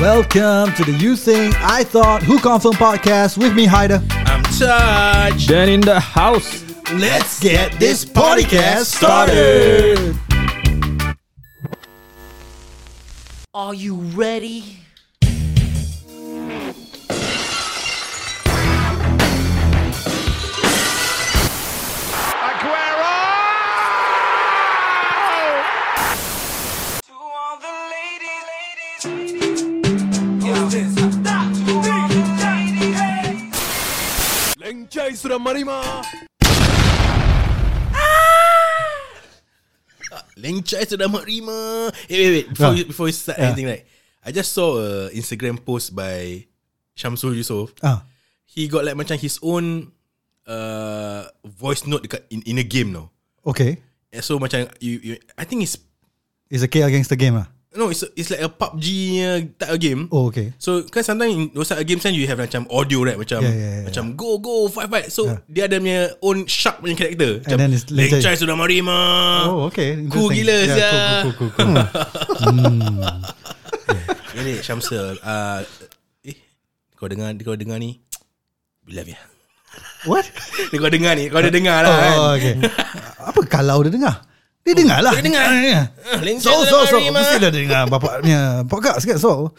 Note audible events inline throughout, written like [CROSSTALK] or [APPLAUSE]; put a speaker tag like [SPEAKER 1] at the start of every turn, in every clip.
[SPEAKER 1] Welcome to the You Think I Thought Who Confirm podcast with me, Haida.
[SPEAKER 2] I'm touched.
[SPEAKER 3] Then in the house.
[SPEAKER 2] Let's get this podcast started.
[SPEAKER 4] Are you ready?
[SPEAKER 5] To all the ladies, ladies, ladies. Yo. Stop. To all the ladies, ladies.
[SPEAKER 2] Lencai sudah marima. Ah! Lencai sudah marima. Eh, wait, wait. Before,
[SPEAKER 1] Ah.
[SPEAKER 2] you, before you start
[SPEAKER 1] Yeah.
[SPEAKER 2] anything, right? I just saw a Instagram post by Syamsul Yusof.
[SPEAKER 1] Ah,
[SPEAKER 2] He got like macam his own uh, voice note dekat in, in a game now.
[SPEAKER 1] okay.
[SPEAKER 2] And so macam you, you, I think it's
[SPEAKER 1] It's a KL gangster game. Ah.
[SPEAKER 2] no, it's it's like a PUBG uh, type of game.
[SPEAKER 1] Oh, okay.
[SPEAKER 2] So kan sometimes in those type of games kan you have macam audio right macam
[SPEAKER 1] Yeah, yeah, yeah.
[SPEAKER 2] macam go go fight fight. So
[SPEAKER 1] Yeah.
[SPEAKER 2] dia ada punya own shark punya character. Macam,
[SPEAKER 1] And then it's later-
[SPEAKER 2] Leng Chai sudah mari ma.
[SPEAKER 1] Oh, okay. Interesting.
[SPEAKER 2] gila,
[SPEAKER 1] yeah,
[SPEAKER 2] sia.
[SPEAKER 1] cool, cool, cool, cool.
[SPEAKER 2] [LAUGHS] Jadi Syamsul uh, eh kau dengar kau dengar ni bila ya. [LAUGHS]
[SPEAKER 1] What?
[SPEAKER 2] Kau dengar ni, kau ada dengar lah kan.
[SPEAKER 1] Oh,
[SPEAKER 2] [LAUGHS]
[SPEAKER 1] okay. Apa kalau dia dengar? Dia dengar lah.
[SPEAKER 2] Dia dengar.
[SPEAKER 1] Ah, yeah.
[SPEAKER 2] Leng Chai
[SPEAKER 1] So, so,
[SPEAKER 2] sudah
[SPEAKER 1] so.
[SPEAKER 2] mari ma.
[SPEAKER 1] Mesti dia dengar bapaknya podcast kan, so.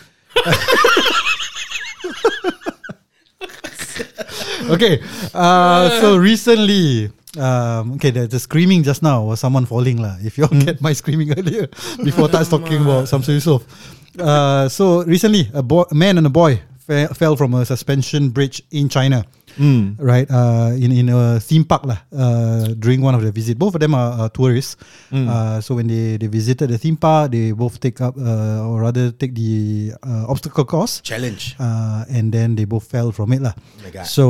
[SPEAKER 1] [LAUGHS] okay. Uh, so recently, um, okay, the, the screaming just now was someone falling lah. If you all get my screaming [LAUGHS] earlier, before Taj talking about Samsul Yusof. Uh, so recently, a, boy, a man and a boy fe- fell from a suspension bridge in China, right? Uh, in in a theme park lah. Uh, during one of their visit, both of them are, uh tourists. Uh, so when they they visited the theme park, they both take up uh, or rather take the uh, obstacle course
[SPEAKER 2] Challenge.
[SPEAKER 1] uh, and then they both fell from it lah.
[SPEAKER 2] Oh my God.
[SPEAKER 1] So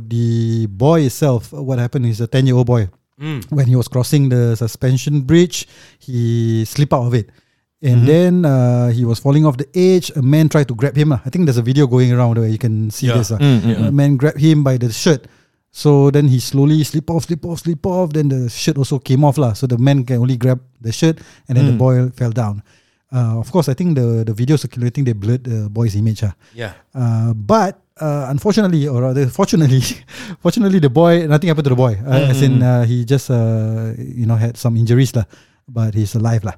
[SPEAKER 1] the boy itself, what happened is a ten-year-old boy.
[SPEAKER 2] Mm.
[SPEAKER 1] When he was crossing the suspension bridge, he slipped out of it, and then
[SPEAKER 2] Mm-hmm.
[SPEAKER 1] uh, he was falling off the edge. A man tried to grab him. lah. I think there's a video going around where you can see
[SPEAKER 2] Yeah.
[SPEAKER 1] this. lah. A man grabbed him by the shirt. So then he slowly slip off, slip off, slip off. Then the shirt also came off lah. So the man can only grab the shirt, and
[SPEAKER 2] Mm.
[SPEAKER 1] then the boy fell down. Uh, of course, I think the the video circulating they blurred the boy's image. ah.
[SPEAKER 2] Yeah.
[SPEAKER 1] Uh, but uh, unfortunately, or rather, fortunately, [LAUGHS] fortunately, the boy nothing happened to the boy. Uh, As in,
[SPEAKER 2] Mm-hmm.
[SPEAKER 1] uh, he just uh, you know had some injuries lah, but he's alive lah.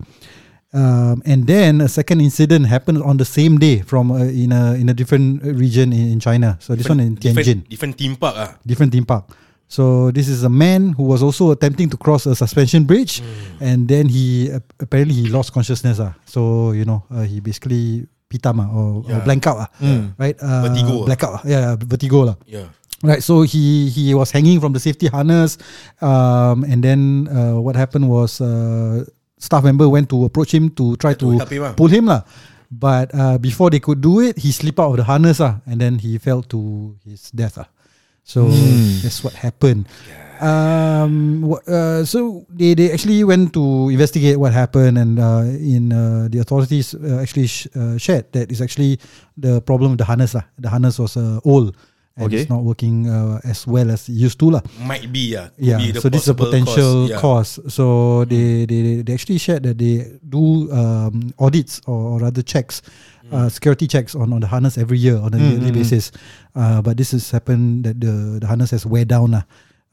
[SPEAKER 1] Um, and then a second incident happened on the same day from uh, in a in a different region in, in China. So this one in Tianjin,
[SPEAKER 2] Different, different theme park ah.
[SPEAKER 1] different theme park. So this is a man who was also attempting to cross a suspension bridge,
[SPEAKER 2] Hmm.
[SPEAKER 1] and then he ap- apparently he lost consciousness. Ah, so you know uh, he basically pitama or, or
[SPEAKER 2] Yeah. Hmm.
[SPEAKER 1] blank out ah, right? Uh,
[SPEAKER 2] Vertigo ah.
[SPEAKER 1] blackout. ah. Yeah, vertigo lah.
[SPEAKER 2] Yeah.
[SPEAKER 1] Right, so he he was hanging from the safety harness, um, and then uh, what happened was uh, staff member went to approach him to try to,
[SPEAKER 2] help him ah.
[SPEAKER 1] pull him lah. But uh, before they could do it, he slipped out of the harness ah, and then he fell to his death ah. So
[SPEAKER 2] Hmm.
[SPEAKER 1] that's what happened. Um, wha- uh, so they, they actually went to investigate what happened, and uh, in uh, the authorities uh, actually sh- uh, shared that it's actually the problem with the harness lah. The harness was uh, old and
[SPEAKER 3] Okay.
[SPEAKER 1] it's not working uh, as well as it used to lah.
[SPEAKER 2] Might be ah. Could
[SPEAKER 1] Yeah,
[SPEAKER 2] be the
[SPEAKER 1] so this is a
[SPEAKER 2] possible
[SPEAKER 1] potential
[SPEAKER 2] Yeah.
[SPEAKER 1] cause. So they, they they actually shared that they do um, audits or, or rather checks, uh, security checks on, on the harness every year on a yearly basis. Uh, but this has happened that the, the harness has wear down lah,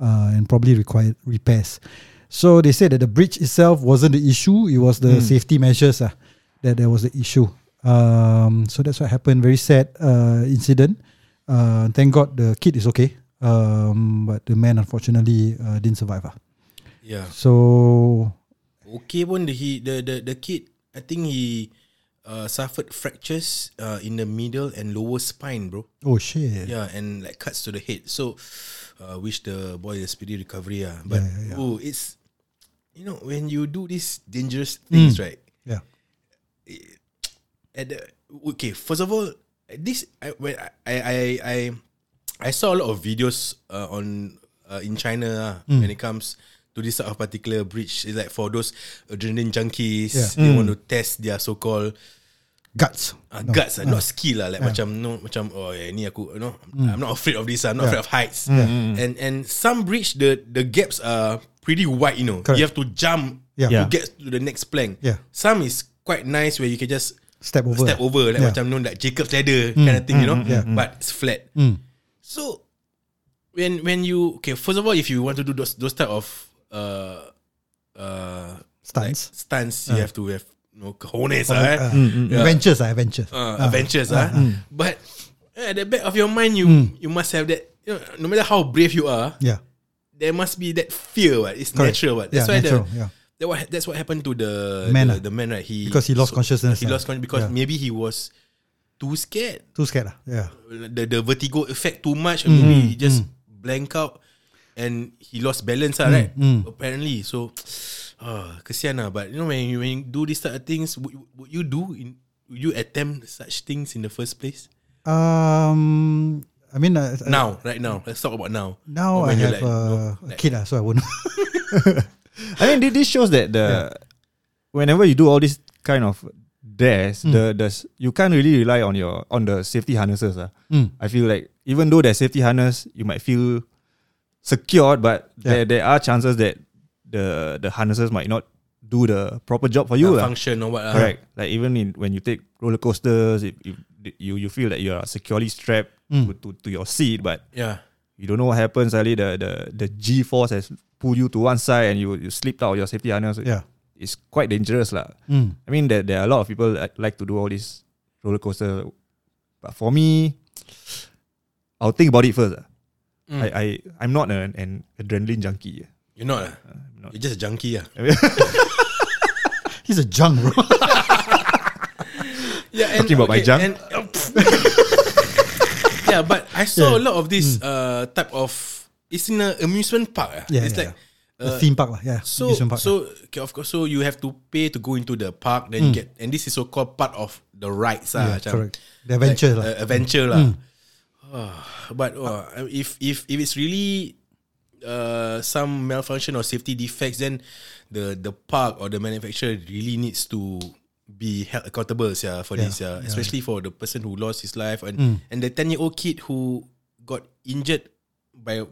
[SPEAKER 1] uh, and probably required repairs. So they said that the bridge itself wasn't the issue; it was the safety measures ah, that there was the issue. Um, so that's what happened. Very sad uh, incident. Uh, thank God the kid is okay. Um, but the man unfortunately uh, didn't survive. ah.
[SPEAKER 2] Yeah.
[SPEAKER 1] So
[SPEAKER 2] Okay pun the, he, the the the kid I think he uh, suffered fractures uh, in the middle and lower spine bro
[SPEAKER 1] oh shit.
[SPEAKER 2] yeah and like cuts to the head so uh, wish the boy a speedy recovery ah. but oh it's you know when you do these dangerous things right
[SPEAKER 1] Yeah.
[SPEAKER 2] at the, uh, okay first of all this I when I I I- I I saw a lot of videos uh, on uh, in China ah,
[SPEAKER 1] Hmm.
[SPEAKER 2] when it comes to this sort of particular bridge it's like for those adrenaline junkies
[SPEAKER 1] Yeah. Hmm.
[SPEAKER 2] they want to test their so called
[SPEAKER 1] Guts.
[SPEAKER 2] uh, guts uh, not skill lah like macam no macam oh yeah, ni aku you know
[SPEAKER 1] Hmm.
[SPEAKER 2] I'm not afraid of this I'm not afraid of heights and and some bridge the the gaps are pretty wide you know
[SPEAKER 1] Correct.
[SPEAKER 2] you have to jump
[SPEAKER 1] Yeah.
[SPEAKER 2] to
[SPEAKER 3] Yeah.
[SPEAKER 2] get to the next plank
[SPEAKER 1] Yeah.
[SPEAKER 2] some is quite nice where you can just
[SPEAKER 1] step over.
[SPEAKER 2] step over like
[SPEAKER 1] Yeah. Mm,
[SPEAKER 2] macam known like Jacob's ladder kind of thing you know but it's flat so when when you okay first of all if you want to do those those type of uh uh like
[SPEAKER 1] Stunts.
[SPEAKER 2] stunts
[SPEAKER 1] Ah.
[SPEAKER 2] you have to have you know cojones ah, eh.
[SPEAKER 1] Uh, Adventures, uh, adventures.
[SPEAKER 2] uh, adventures ah
[SPEAKER 1] mm.
[SPEAKER 2] but eh, at the back of your mind you you must have that you know, no matter how brave you are
[SPEAKER 1] yeah.
[SPEAKER 2] there must be that fear what it's
[SPEAKER 1] Correct.
[SPEAKER 2] natural what
[SPEAKER 1] Yeah,
[SPEAKER 2] that's why
[SPEAKER 1] natural,
[SPEAKER 2] the
[SPEAKER 1] yeah.
[SPEAKER 2] that what that's what happened to the
[SPEAKER 1] Man,
[SPEAKER 2] the,
[SPEAKER 1] ah.
[SPEAKER 2] the man right he
[SPEAKER 1] Because he lost consciousness,
[SPEAKER 2] he
[SPEAKER 1] ah.
[SPEAKER 2] lost consciousness because
[SPEAKER 1] Yeah.
[SPEAKER 2] maybe he was too scared
[SPEAKER 1] Too scared. ah. Yeah.
[SPEAKER 2] the the vertigo effect too
[SPEAKER 3] Mm,
[SPEAKER 2] much, or maybe he just blank out and he lost balance,
[SPEAKER 3] Mm,
[SPEAKER 2] ah, right? Apparently, so ah, kesian lah. But you know when you, when you do this type of things, would, you- would you do in would you attempt such things in the first place?
[SPEAKER 1] Um, I mean, uh, uh,
[SPEAKER 2] Now, right now, let's talk about now.
[SPEAKER 1] now
[SPEAKER 2] Or
[SPEAKER 1] I
[SPEAKER 2] when you're
[SPEAKER 1] have
[SPEAKER 2] like,
[SPEAKER 1] uh, a kid, uh, so I wouldn't. [LAUGHS]
[SPEAKER 3] I mean, thi- this shows that the whenever you do all this kind of dares, the the s- you can't really rely on your on the safety harnesses. ah. I feel like even though there's safety harness, you might feel secured, but
[SPEAKER 1] Yeah.
[SPEAKER 3] there there are chances that the the harnesses might not do the proper job for
[SPEAKER 2] uh,
[SPEAKER 3] you. lah.
[SPEAKER 2] function or what? ah.
[SPEAKER 3] Correct. Like even in when you take roller coasters, if you you, you feel that you are securely strapped to, to, to your seat, but
[SPEAKER 2] Yeah.
[SPEAKER 3] you don't know what happens. Suddenly the the the G force has pulled you to one side and you you slipped out of your safety harness.
[SPEAKER 1] Yeah. Hmm.
[SPEAKER 3] it's quite dangerous lah. I mean there there are a lot of people that like to do all this roller coaster, but for me, I'll think about it first. ah.
[SPEAKER 2] Hmm.
[SPEAKER 3] I I I'm not an, an adrenaline junkie.
[SPEAKER 2] You're
[SPEAKER 1] Uh,
[SPEAKER 2] not. ah. You're just a junkie. ah.
[SPEAKER 1] He's a junk,
[SPEAKER 2] [LAUGHS]
[SPEAKER 1] bro.
[SPEAKER 2] Yeah, and,
[SPEAKER 3] Talking about my junk?
[SPEAKER 1] [LAUGHS]
[SPEAKER 2] and- oh, yeah, but I saw a lot of
[SPEAKER 3] Mm.
[SPEAKER 2] this uh, type of. It's in an amusement park. ah.
[SPEAKER 1] Yeah,
[SPEAKER 2] it's
[SPEAKER 1] yeah,
[SPEAKER 2] like
[SPEAKER 1] the theme park, lah. Yeah.
[SPEAKER 2] So
[SPEAKER 1] amusement park. ah.
[SPEAKER 2] so okay, of course, so you have to pay to go into the park, then you get, and this is so called part of the rides,
[SPEAKER 1] Hmm. yeah,
[SPEAKER 2] ah, macam,
[SPEAKER 1] correct. The adventure,
[SPEAKER 2] like,
[SPEAKER 1] lah. Hmm.
[SPEAKER 2] uh, adventure lah. Ah, but wah, if if if it's really uh, some malfunction or safety defects, then the the park or the manufacturer really needs to be held accountable, yeah, for this, yeah, especially for the person who lost his life and
[SPEAKER 1] Hmm.
[SPEAKER 2] and the ten year old kid who got injured by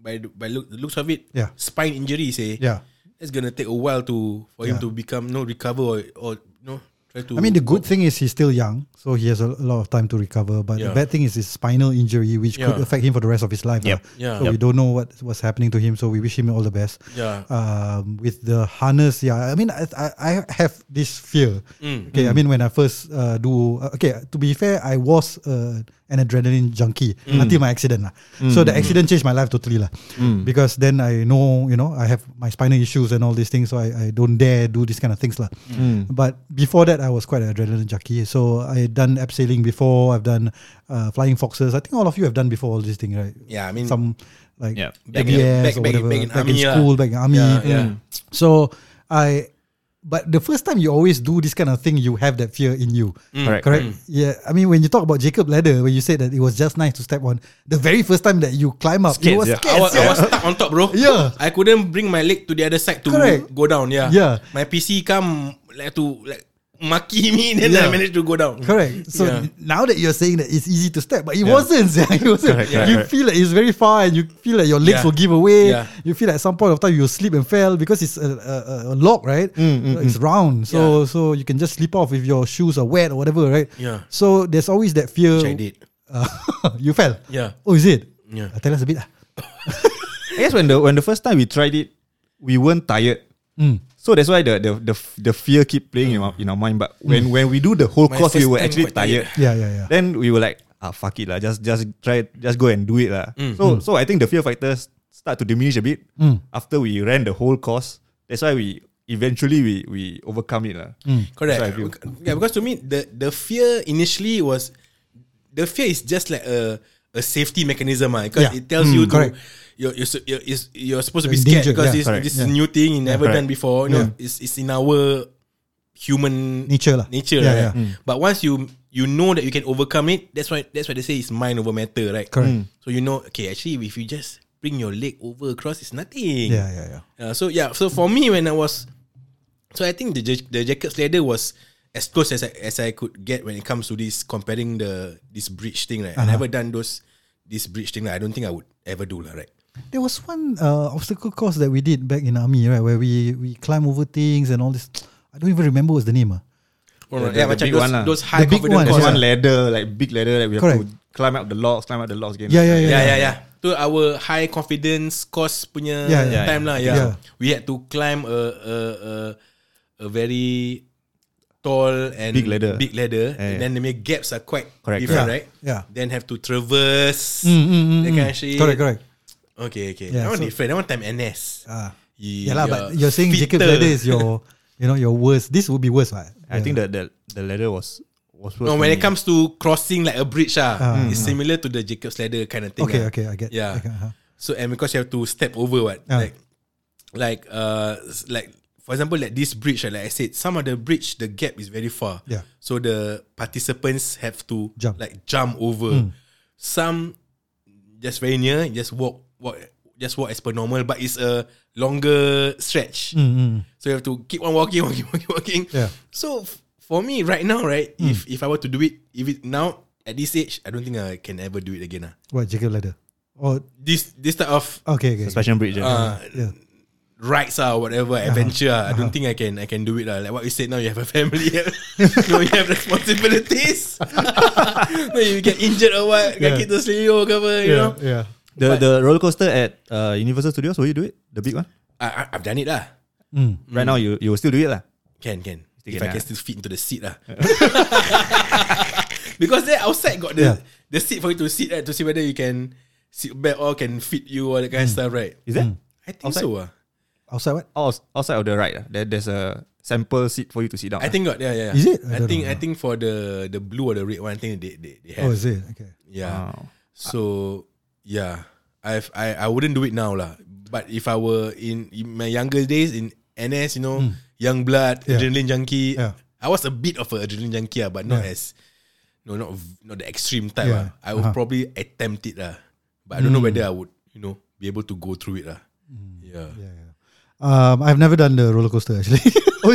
[SPEAKER 2] by the- by look, the looks of it,
[SPEAKER 1] Yeah.
[SPEAKER 2] spine injury, say,
[SPEAKER 1] yeah.
[SPEAKER 2] it's gonna take a while to for him to become no recover or or no try to.
[SPEAKER 1] I mean, the good thing is he's still young, so he has a, a lot of time to recover. But the
[SPEAKER 2] Yeah.
[SPEAKER 1] bad thing is his spinal injury, which could
[SPEAKER 2] Yeah.
[SPEAKER 1] affect him for the rest of his life. lah.
[SPEAKER 3] Yep.
[SPEAKER 2] Yeah.
[SPEAKER 1] So we don't know what what's happening to him. So we wish him all the best.
[SPEAKER 2] Yeah.
[SPEAKER 1] Um, with the harness, yeah. I mean, I I, I have this fear. Okay. I mean, when I first uh, do uh, okay. To be fair, I was uh, an adrenaline junkie until my accident lah. So the accident changed my life totally lah. Because then I know you know I have my spinal issues and all these things, so I, I don't dare do these kind of things lah. But before that, I was quite an adrenaline junkie. So I had done abseiling before. I've done uh, flying foxes. I think all of you have done before all these things, right?
[SPEAKER 2] Yeah, I mean-
[SPEAKER 1] some like
[SPEAKER 3] Yeah.
[SPEAKER 2] Back
[SPEAKER 1] ABS
[SPEAKER 2] in- back-
[SPEAKER 1] or
[SPEAKER 2] back in-
[SPEAKER 1] whatever,
[SPEAKER 2] back in army lah.
[SPEAKER 1] school, back in army.
[SPEAKER 2] Yeah, yeah.
[SPEAKER 1] So I, but the first time you always do this kind of thing, you have that fear in you.
[SPEAKER 2] Mm.
[SPEAKER 3] Correct.
[SPEAKER 1] Correct. Yeah. I mean, when you talk about Jacob ladder, when you said that it was just nice to step on, the very first time that you climb up, it
[SPEAKER 3] Scared,
[SPEAKER 1] was
[SPEAKER 3] yeah.
[SPEAKER 1] scared.
[SPEAKER 2] I was, I was stuck on top, bro.
[SPEAKER 1] Yeah.
[SPEAKER 2] I couldn't bring my leg to the other side to
[SPEAKER 1] Correct.
[SPEAKER 2] go down. Yeah.
[SPEAKER 1] Yeah.
[SPEAKER 2] My PC come like to like maki [LAUGHS] me, then
[SPEAKER 1] Yeah.
[SPEAKER 2] I managed to go down.
[SPEAKER 1] Correct. So
[SPEAKER 2] Yeah.
[SPEAKER 1] now that you're saying that it's easy to step, but it wasn't. [LAUGHS] Yeah, it wasn't.
[SPEAKER 3] Correct, correct,
[SPEAKER 1] you
[SPEAKER 3] correct.
[SPEAKER 1] feel like it's very far, and you feel like your legs
[SPEAKER 2] Yeah.
[SPEAKER 1] will give away.
[SPEAKER 2] Yeah.
[SPEAKER 1] You feel like at some point of time you slip and fell because it's a, a, a- a lock, right?
[SPEAKER 2] Mm,
[SPEAKER 1] So it's round, so so you can just slip off if your shoes are wet or whatever, right?
[SPEAKER 2] Yeah.
[SPEAKER 1] So there's always that fear.
[SPEAKER 2] Which I did.
[SPEAKER 1] Uh, [LAUGHS] you fell.
[SPEAKER 2] Yeah.
[SPEAKER 1] Oh, is it? Uh,
[SPEAKER 2] Yeah.
[SPEAKER 1] tell us a bit. lah.
[SPEAKER 3] I guess when the when the first time we tried it, we weren't tired.
[SPEAKER 1] Hmm.
[SPEAKER 3] So that's why the the the, the fear keep playing in, our, in our mind. But when when we do the whole
[SPEAKER 2] My
[SPEAKER 3] course, we
[SPEAKER 2] first
[SPEAKER 3] were
[SPEAKER 2] time
[SPEAKER 3] actually
[SPEAKER 2] quite tired.
[SPEAKER 3] tired.
[SPEAKER 1] Hmm. Yeah, yeah, yeah.
[SPEAKER 3] Then we were like, ah, fuck it lah. Just just try, just go and do it lah.
[SPEAKER 2] Mm.
[SPEAKER 1] Mm.
[SPEAKER 3] So so I think the fear factors start to diminish a bit after we ran the whole course. That's why we eventually we we overcome it lah.
[SPEAKER 1] Mm.
[SPEAKER 2] Correct.
[SPEAKER 3] That's what I feel.
[SPEAKER 2] Yeah, because to me the the fear initially was the fear is just like a a safety mechanism, ah, because
[SPEAKER 1] Yeah.
[SPEAKER 2] it tells
[SPEAKER 1] Mm,
[SPEAKER 2] you to
[SPEAKER 1] correct.
[SPEAKER 2] you're you're, su- you're, is- you're supposed to be
[SPEAKER 1] You're in
[SPEAKER 2] scared
[SPEAKER 1] danger,
[SPEAKER 2] because
[SPEAKER 1] yeah,
[SPEAKER 2] this
[SPEAKER 3] correct.
[SPEAKER 2] this is
[SPEAKER 1] Yeah.
[SPEAKER 2] new thing you never
[SPEAKER 3] correct.
[SPEAKER 2] done before. You know, it's it's in our human
[SPEAKER 1] Nature lah.
[SPEAKER 2] Nature,
[SPEAKER 1] Yeah, Mm.
[SPEAKER 2] right?
[SPEAKER 1] yeah.
[SPEAKER 2] But once you you know that you can overcome it, that's why that's why they say it's mind over matter, right?
[SPEAKER 1] Correct. Mm.
[SPEAKER 2] So you know, okay, actually, if you just bring your leg over across, it's nothing.
[SPEAKER 1] Yeah, yeah, yeah.
[SPEAKER 2] Uh, so yeah, so for me when I was, so I think the Ja- the Jacob's ladder was as close as I, as I could get when it comes to this comparing the this bridge thing. Right,
[SPEAKER 1] Uh-huh.
[SPEAKER 2] I never done those this bridge thing. Right? I don't think I would ever do. lah, right?
[SPEAKER 1] There was one uh, obstacle course that we did back in army, right, where we we climb over things and all this. I don't even remember what's the name. ah.
[SPEAKER 2] Oh,
[SPEAKER 3] The-
[SPEAKER 2] yeah,
[SPEAKER 3] the
[SPEAKER 2] macam
[SPEAKER 3] big
[SPEAKER 2] those,
[SPEAKER 3] one lah.
[SPEAKER 2] those high
[SPEAKER 1] The big
[SPEAKER 2] confidence
[SPEAKER 1] one,
[SPEAKER 3] There's
[SPEAKER 2] calls
[SPEAKER 3] one
[SPEAKER 2] lah.
[SPEAKER 3] ladder, like big ladder, like we have
[SPEAKER 1] Correct.
[SPEAKER 3] to climb up the logs, climb up the logs again.
[SPEAKER 1] Yeah, yeah, yeah.
[SPEAKER 2] Yeah, yeah, yeah. Ya, Tu our high confidence course punya
[SPEAKER 1] Yeah, yeah.
[SPEAKER 2] time lah. Yeah.
[SPEAKER 1] Yeah.
[SPEAKER 2] we had to climb a a a, a very tall and
[SPEAKER 3] Big ladder.
[SPEAKER 2] Big ladder.
[SPEAKER 3] Yeah,
[SPEAKER 2] and
[SPEAKER 3] yeah.
[SPEAKER 2] then the gaps are quite
[SPEAKER 3] Correct,
[SPEAKER 2] different,
[SPEAKER 1] correct.
[SPEAKER 2] right?
[SPEAKER 1] Yeah.
[SPEAKER 2] Then have to traverse.
[SPEAKER 1] Mm, mm, mm,
[SPEAKER 2] That
[SPEAKER 1] mm.
[SPEAKER 2] kind of shit.
[SPEAKER 1] Correct, correct.
[SPEAKER 2] Okay, okay.
[SPEAKER 1] Yeah,
[SPEAKER 2] that one
[SPEAKER 1] so-
[SPEAKER 2] different. That one time NS.
[SPEAKER 1] Ah.
[SPEAKER 2] You-
[SPEAKER 1] Yeah, lah,
[SPEAKER 2] you
[SPEAKER 1] but
[SPEAKER 2] are
[SPEAKER 1] you're saying Jacob's
[SPEAKER 2] fitter.
[SPEAKER 1] ladder is your, you know, your worst. This would be worse, right?
[SPEAKER 3] I think the the the ladder was was worse
[SPEAKER 2] No,
[SPEAKER 3] for
[SPEAKER 2] when
[SPEAKER 3] me.
[SPEAKER 2] it comes to crossing like a bridge, ah,
[SPEAKER 1] Ah,
[SPEAKER 2] it's similar to the Jacob's ladder kind of thing.
[SPEAKER 1] Okay,
[SPEAKER 2] ah.
[SPEAKER 1] okay, I get.
[SPEAKER 2] Yeah.
[SPEAKER 1] Okay, uh-huh.
[SPEAKER 2] So and because you have to step over what
[SPEAKER 1] Ah.
[SPEAKER 2] like like uh s- like for example like this bridge ah, like I said some of the bridge the gap is very far
[SPEAKER 1] Yeah.
[SPEAKER 2] so the participants have to
[SPEAKER 1] Jump. Hmm.
[SPEAKER 2] like jump over some just very near just walk walk just walk as per normal but it's a longer stretch
[SPEAKER 1] Mm, mm.
[SPEAKER 2] so you have to keep on walking [LAUGHS] walking walking walking
[SPEAKER 1] Yeah. Hmm.
[SPEAKER 2] so f- for me right now right if if I were to do it if it now at this age I don't think I can ever do it again ah
[SPEAKER 1] What Jacob ladder? Oh,
[SPEAKER 2] this this type of
[SPEAKER 1] okay, okay.
[SPEAKER 3] suspension bridge. yeah.
[SPEAKER 2] uh,
[SPEAKER 1] Yeah.
[SPEAKER 2] rides ah, whatever
[SPEAKER 1] Uh-huh.
[SPEAKER 2] adventure. ah, I don't think I can I can do it lah. Like what you said now, you have a family.
[SPEAKER 1] [LAUGHS]
[SPEAKER 2] no, you have responsibilities. no, you get injured or what?
[SPEAKER 1] Yeah.
[SPEAKER 2] Kaki terselio ke apa? You know.
[SPEAKER 1] yeah.
[SPEAKER 3] the the roller coaster at uh, Universal Studios, will you do it? The big one?
[SPEAKER 2] I, I I've done it lah.
[SPEAKER 1] Mm.
[SPEAKER 3] Right now, you you will still do it lah.
[SPEAKER 2] Can can. If
[SPEAKER 3] Still
[SPEAKER 2] I
[SPEAKER 3] can
[SPEAKER 2] can
[SPEAKER 3] ah.
[SPEAKER 2] still fit into the seat
[SPEAKER 3] [LAUGHS]
[SPEAKER 2] lah. because there outside got
[SPEAKER 1] Yeah.
[SPEAKER 2] the the seat for you to sit at to see whether you can sit back or can fit you or that kind of stuff, right?
[SPEAKER 3] Is
[SPEAKER 1] Mm.
[SPEAKER 3] that
[SPEAKER 2] I think
[SPEAKER 3] Outside?
[SPEAKER 2] so. ah.
[SPEAKER 1] Hmm. Outside what?
[SPEAKER 3] Outs- outside of the ride? ah, There, there's a sample seat for you to sit down.
[SPEAKER 2] I think got yeah yeah. yeah.
[SPEAKER 1] Is it? I
[SPEAKER 2] I,
[SPEAKER 1] don't
[SPEAKER 2] think
[SPEAKER 1] know.
[SPEAKER 2] I think for the the blue or the red one, I think they they, they
[SPEAKER 1] Oh,
[SPEAKER 2] have.
[SPEAKER 1] is it? Okay.
[SPEAKER 2] Yeah.
[SPEAKER 1] Oh.
[SPEAKER 3] Wow.
[SPEAKER 2] So yeah, I've I, I wouldn't do it now lah. But if I were in, in my younger days in NS, you know, young blood,
[SPEAKER 1] Hmm. Yeah.
[SPEAKER 2] adrenaline junkie.
[SPEAKER 1] Yeah.
[SPEAKER 2] I was a bit of an adrenaline junkie, ah, but not
[SPEAKER 1] Yeah.
[SPEAKER 2] as no, not v- not the extreme type.
[SPEAKER 1] Yeah. Uh-huh. Hmm.
[SPEAKER 2] ah. I would probably attempt it lah, but I don't know whether I would, you know, be able to go through it lah. Yeah.
[SPEAKER 1] Yeah, yeah. Um, I've never done the roller coaster actually.
[SPEAKER 3] Oh,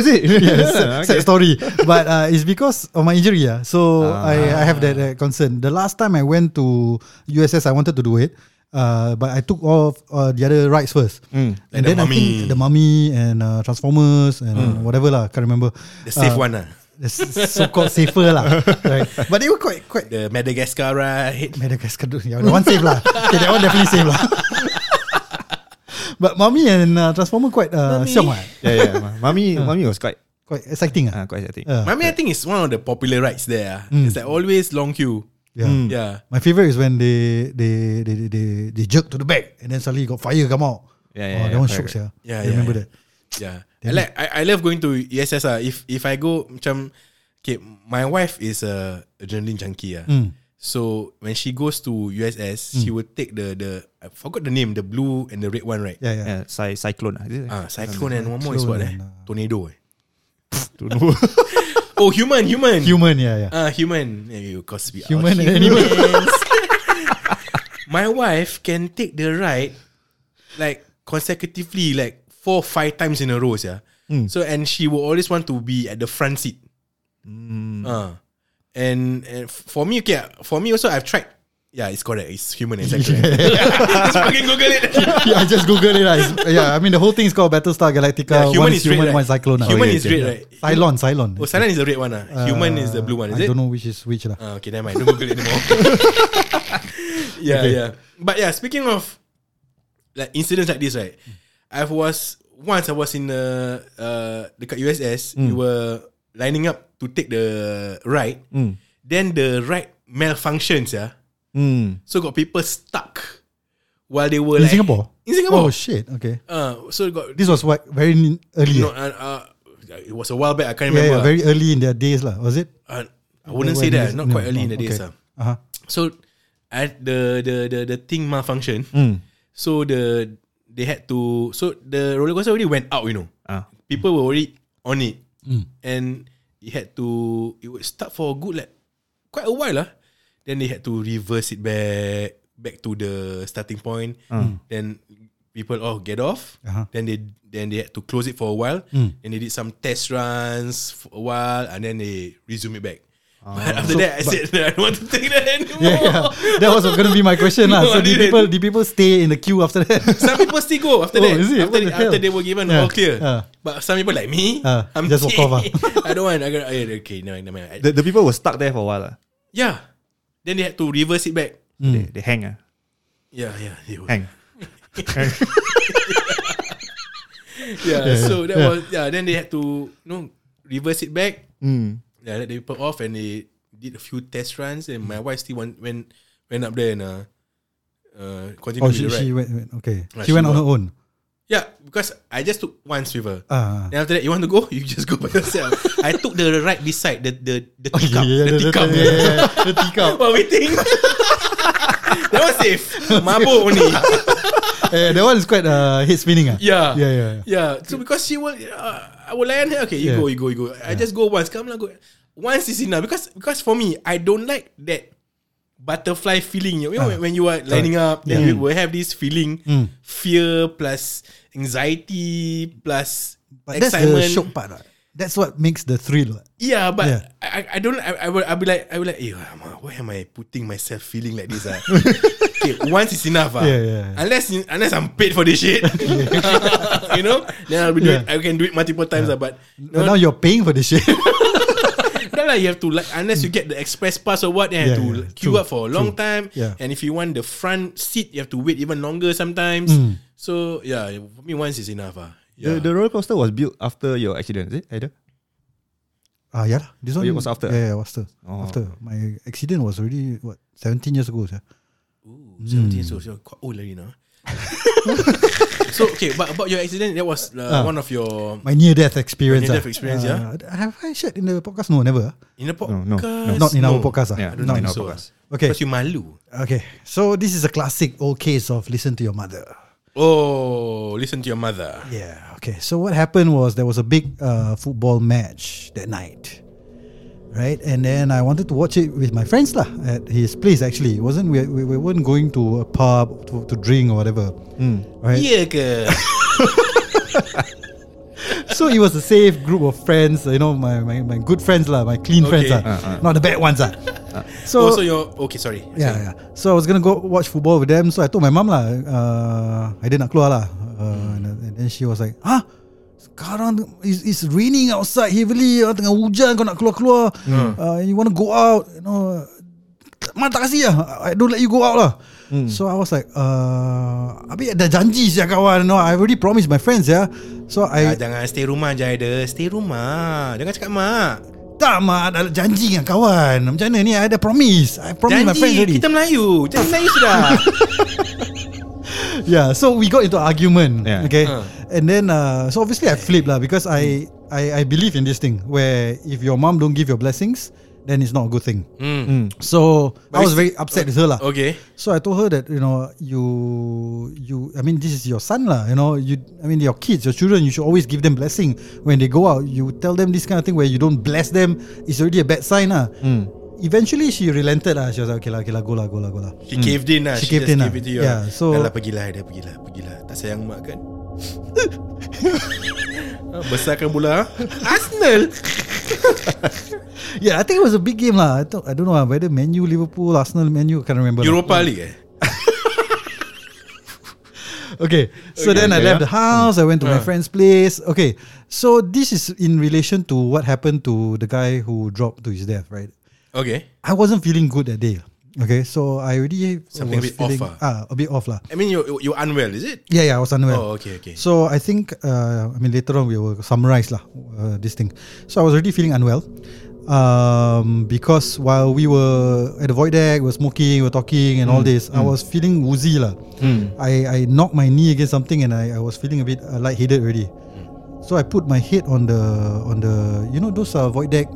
[SPEAKER 1] [LAUGHS]
[SPEAKER 3] is it?
[SPEAKER 1] Yes, sad story. But uh, it's because of my injury. Yeah. So I, I have that, uh, concern. The last time I went to USS, I wanted to do it. Uh, but I took off uh, the other rides first.
[SPEAKER 2] Like
[SPEAKER 1] And
[SPEAKER 2] the
[SPEAKER 1] then I
[SPEAKER 2] Mummy.
[SPEAKER 1] think the mummy and uh, Transformers and whatever lah, can't remember.
[SPEAKER 2] The safe one ah,
[SPEAKER 1] The s- so-called safer lah. Right. Uh, But they were quite quite
[SPEAKER 2] the Madagascar ride.
[SPEAKER 1] Madagascar tu yeah, That one save lah Okay that one definitely save lah [LAUGHS] But Mummy and uh, Transformer quite uh, siong lah
[SPEAKER 3] yeah, [LAUGHS] yeah. Ma- Ya, Mummy, mummy was quite
[SPEAKER 1] Quite exciting lah
[SPEAKER 3] uh, quite exciting.
[SPEAKER 1] Uh,
[SPEAKER 2] I mean, I think it's one of the popular rides there.
[SPEAKER 1] Hmm.
[SPEAKER 2] ah. It's like always long queue.
[SPEAKER 1] yeah.
[SPEAKER 2] Yeah.
[SPEAKER 1] My favourite is when they they, they they they they jerk to the back And then suddenly got fire come out
[SPEAKER 3] Yeah, yeah,
[SPEAKER 1] oh,
[SPEAKER 3] yeah,
[SPEAKER 1] That one
[SPEAKER 3] correct,
[SPEAKER 1] shooks yeah.
[SPEAKER 2] Yeah,
[SPEAKER 1] I
[SPEAKER 2] yeah,
[SPEAKER 1] remember
[SPEAKER 2] yeah.
[SPEAKER 1] that
[SPEAKER 2] Yeah. I like I, I love going to ESS ah. If if I go macam okay, my wife is a adrenaline junkie ah.
[SPEAKER 1] Hmm. Mm.
[SPEAKER 2] So when she goes to USS, she will take the the I forgot the name, the blue and the red one, right?
[SPEAKER 1] Yeah yeah,
[SPEAKER 3] Yeah, cy- cyclone. ah, Is it?
[SPEAKER 2] Ah, cyclone and one more is what eh?
[SPEAKER 1] Cyclone and, uh, [LAUGHS]
[SPEAKER 2] Tornado eh?
[SPEAKER 3] Don't know.
[SPEAKER 2] [LAUGHS] Oh, human, human.
[SPEAKER 1] Human yeah yeah
[SPEAKER 2] Ah, human. Yeah, you cause we are
[SPEAKER 1] Human and
[SPEAKER 2] [LAUGHS] humans.
[SPEAKER 1] animal. [LAUGHS]
[SPEAKER 2] my wife can take the ride like consecutively, like four five times in a row, yeah. So and she will always want to be at the front seat. Ah. and, and f- for me, okay, for me also I've tried. Yeah, it's correct. It's human exactly.
[SPEAKER 1] [LAUGHS]
[SPEAKER 2] [LAUGHS] Just fucking Google it. [LAUGHS]
[SPEAKER 1] yeah, I just googled it lah. It's- Yeah I mean the whole thing is called Battlestar Galactica
[SPEAKER 2] Yeah, human
[SPEAKER 1] One
[SPEAKER 2] is red,
[SPEAKER 1] human
[SPEAKER 2] right?
[SPEAKER 1] One cyclone ah. Oh, lah.
[SPEAKER 2] Human is red, right?
[SPEAKER 1] Cylon Cylon
[SPEAKER 2] Oh, Silent is the red one. ah. Human is the blue one. Is
[SPEAKER 1] I
[SPEAKER 2] it?
[SPEAKER 1] don't know which is which lah.
[SPEAKER 2] Ah, okay, never mind. Don't
[SPEAKER 1] [LAUGHS]
[SPEAKER 2] Google it anymore. yeah, yeah. But yeah, speaking of like incidents like this, right? I was once I was in uh, uh dekat USS, we
[SPEAKER 1] Mm.
[SPEAKER 2] were lining up to take the ride.
[SPEAKER 1] Mm.
[SPEAKER 2] Then the ride malfunctions, yeah.
[SPEAKER 3] Mm.
[SPEAKER 2] So got people stuck while they were
[SPEAKER 1] In
[SPEAKER 2] like,
[SPEAKER 1] Singapore
[SPEAKER 2] In Singapore.
[SPEAKER 1] Oh shit okay
[SPEAKER 2] Uh, so got
[SPEAKER 1] This was what very n- early.
[SPEAKER 2] no,
[SPEAKER 1] eh?
[SPEAKER 2] uh, uh, it was a while back. I can't
[SPEAKER 1] yeah, yeah,
[SPEAKER 2] remember.
[SPEAKER 1] very early in their days lah. Was it?
[SPEAKER 2] uh, I
[SPEAKER 1] When-
[SPEAKER 2] wouldn't say
[SPEAKER 1] when
[SPEAKER 2] that.
[SPEAKER 1] this-
[SPEAKER 2] Not
[SPEAKER 1] no,
[SPEAKER 2] quite early
[SPEAKER 1] no,
[SPEAKER 2] in the days.
[SPEAKER 1] okay.
[SPEAKER 2] ah.
[SPEAKER 1] Uh-huh.
[SPEAKER 2] So at the the the the thing malfunction. So the they had to so the roller coaster already went out, you know.
[SPEAKER 3] Ah.
[SPEAKER 2] People were already on it. And it had to it would start for a good like quite a while lah. Then they had to reverse it back back to the starting point. Then people oh get off.
[SPEAKER 1] Hmm. Uh-huh.
[SPEAKER 2] Then they then they had to close it for a while. And they did some test runs for a while and then they resume it back. But after that, I said [LAUGHS] that I don't want to take that anymore.
[SPEAKER 1] Ah. [LAUGHS] Yeah, yeah. That was going to be my question lah.
[SPEAKER 2] [LAUGHS]
[SPEAKER 1] So
[SPEAKER 2] No, I
[SPEAKER 1] did
[SPEAKER 2] didn't.
[SPEAKER 1] people did people stay in the queue after [LAUGHS] that?
[SPEAKER 2] Some people still go after
[SPEAKER 1] Oh,
[SPEAKER 2] that.
[SPEAKER 1] is it?
[SPEAKER 2] After,
[SPEAKER 1] What the
[SPEAKER 2] after
[SPEAKER 1] hell?
[SPEAKER 2] they were given
[SPEAKER 1] Yeah.
[SPEAKER 2] all clear.
[SPEAKER 1] Yeah.
[SPEAKER 2] But some people like me,
[SPEAKER 1] Yeah.
[SPEAKER 2] [LAUGHS] I'm
[SPEAKER 1] Just walk off, ah.
[SPEAKER 2] [LAUGHS] I don't want. I got, eh, okay, no, no, mind.
[SPEAKER 3] The, the people were stuck there for a while. lah.
[SPEAKER 2] yeah. Then they had to reverse it back.
[SPEAKER 1] Hmm.
[SPEAKER 3] They, they hang. ah.
[SPEAKER 2] Yeah, yeah. They were.
[SPEAKER 3] hang.
[SPEAKER 2] Yeah, so that was, yeah, then they had to, you know, reverse it back.
[SPEAKER 3] Hmm.
[SPEAKER 2] Yeah, let the people off and they did a few test runs and my wife still went, went, went up there and uh,
[SPEAKER 1] Oh,
[SPEAKER 2] uh, continued
[SPEAKER 1] she,
[SPEAKER 2] with the
[SPEAKER 1] she
[SPEAKER 2] ride.
[SPEAKER 1] went, went- okay.
[SPEAKER 2] Yeah,
[SPEAKER 1] she
[SPEAKER 2] she
[SPEAKER 1] went on
[SPEAKER 2] went.
[SPEAKER 1] her own.
[SPEAKER 2] Yeah, because I just took once with her.
[SPEAKER 1] Ah.
[SPEAKER 2] Then after that, you want to go? [LAUGHS] You just go by yourself. I took the right beside the the the teacup. the teacup.
[SPEAKER 1] Oh, yeah, yeah, yeah. the
[SPEAKER 2] [LAUGHS]
[SPEAKER 1] teacup.
[SPEAKER 2] What we think? that was safe. Mabuk
[SPEAKER 1] [LAUGHS]
[SPEAKER 2] only.
[SPEAKER 1] Eh, that one is quite uh, head spinning. ah.
[SPEAKER 2] Yeah.
[SPEAKER 1] yeah, yeah, yeah.
[SPEAKER 2] Yeah. So because she will, uh, I will lie on her. Okay,
[SPEAKER 1] Yeah.
[SPEAKER 2] you go, you go, you go. I just go once. Come lah, go. Once is enough because because for me, I don't like that butterfly feeling. You know,
[SPEAKER 1] Ah. Mm.
[SPEAKER 2] when- when you are lining up, then you will have this feeling, fear plus anxiety plus
[SPEAKER 1] But that's the
[SPEAKER 2] excitement.
[SPEAKER 1] shock part. ah. That's what makes the thrill. ah.
[SPEAKER 2] Yeah, but
[SPEAKER 1] Yeah.
[SPEAKER 2] I, I- I don't. I, I will. I'll be like. I will like. Eh, alamak, why am I putting myself feeling like this?
[SPEAKER 1] [LAUGHS]
[SPEAKER 2] Ah, okay, once is enough. Ah,
[SPEAKER 1] Yeah, yeah, yeah.
[SPEAKER 2] Unless unless I'm paid for this
[SPEAKER 1] [LAUGHS]
[SPEAKER 2] shit, you know, then I'll be doing.
[SPEAKER 1] Yeah.
[SPEAKER 2] I can do it multiple times. Ah, but
[SPEAKER 1] But now you're paying for the
[SPEAKER 2] [LAUGHS]
[SPEAKER 1] shit. [LAUGHS]
[SPEAKER 2] then like you have to like unless you get the express pass or what, then you
[SPEAKER 1] Yeah,
[SPEAKER 2] have to
[SPEAKER 1] yeah,
[SPEAKER 2] queue
[SPEAKER 1] true,
[SPEAKER 2] up for a long time.
[SPEAKER 1] Yeah.
[SPEAKER 2] And if you want the front seat, you have to wait even longer sometimes.
[SPEAKER 1] Mm. Hmm.
[SPEAKER 2] So yeah, for me once is enough. Ah, yeah.
[SPEAKER 3] The, the roller coaster was built after your accident, is it? Either?
[SPEAKER 1] Ah, yeah. lah.
[SPEAKER 2] Oh,
[SPEAKER 1] This one
[SPEAKER 3] it was after?
[SPEAKER 1] Yeah, yeah, after.
[SPEAKER 3] Oh.
[SPEAKER 1] After my accident was already what 17 years ago. Sir.
[SPEAKER 2] Ooh, 17
[SPEAKER 1] Hmm.
[SPEAKER 2] so you're quite old already now. [LAUGHS] so okay, but about your accident, that was
[SPEAKER 1] Ah.
[SPEAKER 2] uh, one of your
[SPEAKER 1] My near death experience.
[SPEAKER 2] Near-death
[SPEAKER 1] ah.
[SPEAKER 2] experience, yeah.
[SPEAKER 1] Uh, have I shared in the podcast? No, never. ah.
[SPEAKER 2] in the
[SPEAKER 3] No,
[SPEAKER 2] podcast.
[SPEAKER 3] no, no.
[SPEAKER 1] Not in our podcast. ah.
[SPEAKER 3] Yeah,
[SPEAKER 1] Not
[SPEAKER 3] not
[SPEAKER 1] in
[SPEAKER 3] in our
[SPEAKER 1] our-
[SPEAKER 2] so,
[SPEAKER 3] podcast.
[SPEAKER 1] Okay.
[SPEAKER 2] Because you malu.
[SPEAKER 1] Okay. So this is a classic old case of listen to your mother.
[SPEAKER 2] Oh, listen to your mother.
[SPEAKER 1] Yeah. Okay. So what happened was there was a big uh, football match that night, right? And then I wanted to watch it with my friends lah at his place. Actually, it wasn't we, we, we weren't going to a pub to, to drink or whatever, right?
[SPEAKER 2] Hmm. Yeah,
[SPEAKER 1] [LAUGHS]
[SPEAKER 2] ke?
[SPEAKER 1] So it was a safe group of friends. You know, my my, my good friends lah, my clean friends
[SPEAKER 2] Okay. Uh,
[SPEAKER 1] lah, not the bad ones lah. So.
[SPEAKER 2] oh, so you're okay. Sorry.
[SPEAKER 1] yeah, yeah. Ya, So I was gonna go watch football with them. So I told my mom lah, uh, I did nak keluar lah. Uh, and,
[SPEAKER 2] Hmm.
[SPEAKER 1] and then she was like, huh? Sekarang it's, it's raining outside heavily. ah, Tengah hujan kau nak keluar-keluar.
[SPEAKER 2] Hmm.
[SPEAKER 1] Uh, you want to go out? You know, mana tak kasih lah. I don't let you go out lah.
[SPEAKER 2] Hmm.
[SPEAKER 1] So I was like, uh, Abi dah janji siya kawan. No, I already promised my friends ya. So
[SPEAKER 2] Ah,
[SPEAKER 1] I
[SPEAKER 2] jangan stay rumah je Aida Stay rumah Jangan cakap mak
[SPEAKER 1] tak mak dah janji dengan kawan. Macam mana ni? I dah promise. I promise my friends
[SPEAKER 2] Janji
[SPEAKER 1] already.
[SPEAKER 2] Kita Melayu Janji Melayu
[SPEAKER 1] [LAUGHS]
[SPEAKER 2] sudah
[SPEAKER 1] yeah, so we got into argument.
[SPEAKER 3] Yeah.
[SPEAKER 1] Okay.
[SPEAKER 2] Uh.
[SPEAKER 1] And then uh, so obviously I flipped lah because I, I I believe in this thing where if your mom don't give your blessings, then it's not a good thing. Hmm. So I was very upset with her lah.
[SPEAKER 2] Hmm. Okay
[SPEAKER 1] So I told her that you know you you I mean this is your son lah you know you I mean your kids your children you should always give them blessing when they go out you tell them this kind of thing where you don't bless them it's already a bad sign lah. Eventually she relented lah she was like okay lah okay lah go lah go lah go lah.
[SPEAKER 2] She caved in lah
[SPEAKER 1] She
[SPEAKER 2] She,
[SPEAKER 1] caved
[SPEAKER 2] just
[SPEAKER 1] in lah.
[SPEAKER 2] gave it to you
[SPEAKER 1] Yeah, so-
[SPEAKER 2] Dah lah pergilah Aida pergilah Pergilah Tak sayang mak
[SPEAKER 1] [LAUGHS]
[SPEAKER 2] kan Ah, Besarkan bola Arsenal
[SPEAKER 1] Yeah, I think it was a big game lah. I, thought, I don't know ah, whether Menu, Liverpool, Arsenal, Menu, can't remember. lah.
[SPEAKER 2] Europa League eh
[SPEAKER 1] Okay, so then I
[SPEAKER 3] okay,
[SPEAKER 1] left
[SPEAKER 3] yeah.
[SPEAKER 1] the house. I went to my friend's place. Okay, so this is in relation to what happened to the guy who dropped to his death, right?
[SPEAKER 2] Okay
[SPEAKER 1] I wasn't feeling good that day. Okay, so I already
[SPEAKER 2] Something a
[SPEAKER 1] was
[SPEAKER 2] bit off
[SPEAKER 1] feeling, ah. a bit off lah.
[SPEAKER 2] I mean you you unwell is it
[SPEAKER 1] Yeah, yeah, I was unwell.
[SPEAKER 2] Oh, okay, okay.
[SPEAKER 1] So I think, uh, I mean, later on we will summarize lah uh, this thing. So I was already feeling unwell um, because while we were at the void deck, we were smoking, we were talking, and all
[SPEAKER 2] Mm,
[SPEAKER 1] this, I was feeling woozy lah. I, I knocked my knee against something, and I, I was feeling a bit uh, lightheaded already.
[SPEAKER 2] Mm.
[SPEAKER 1] So I put my head on the on the you know those uh, void deck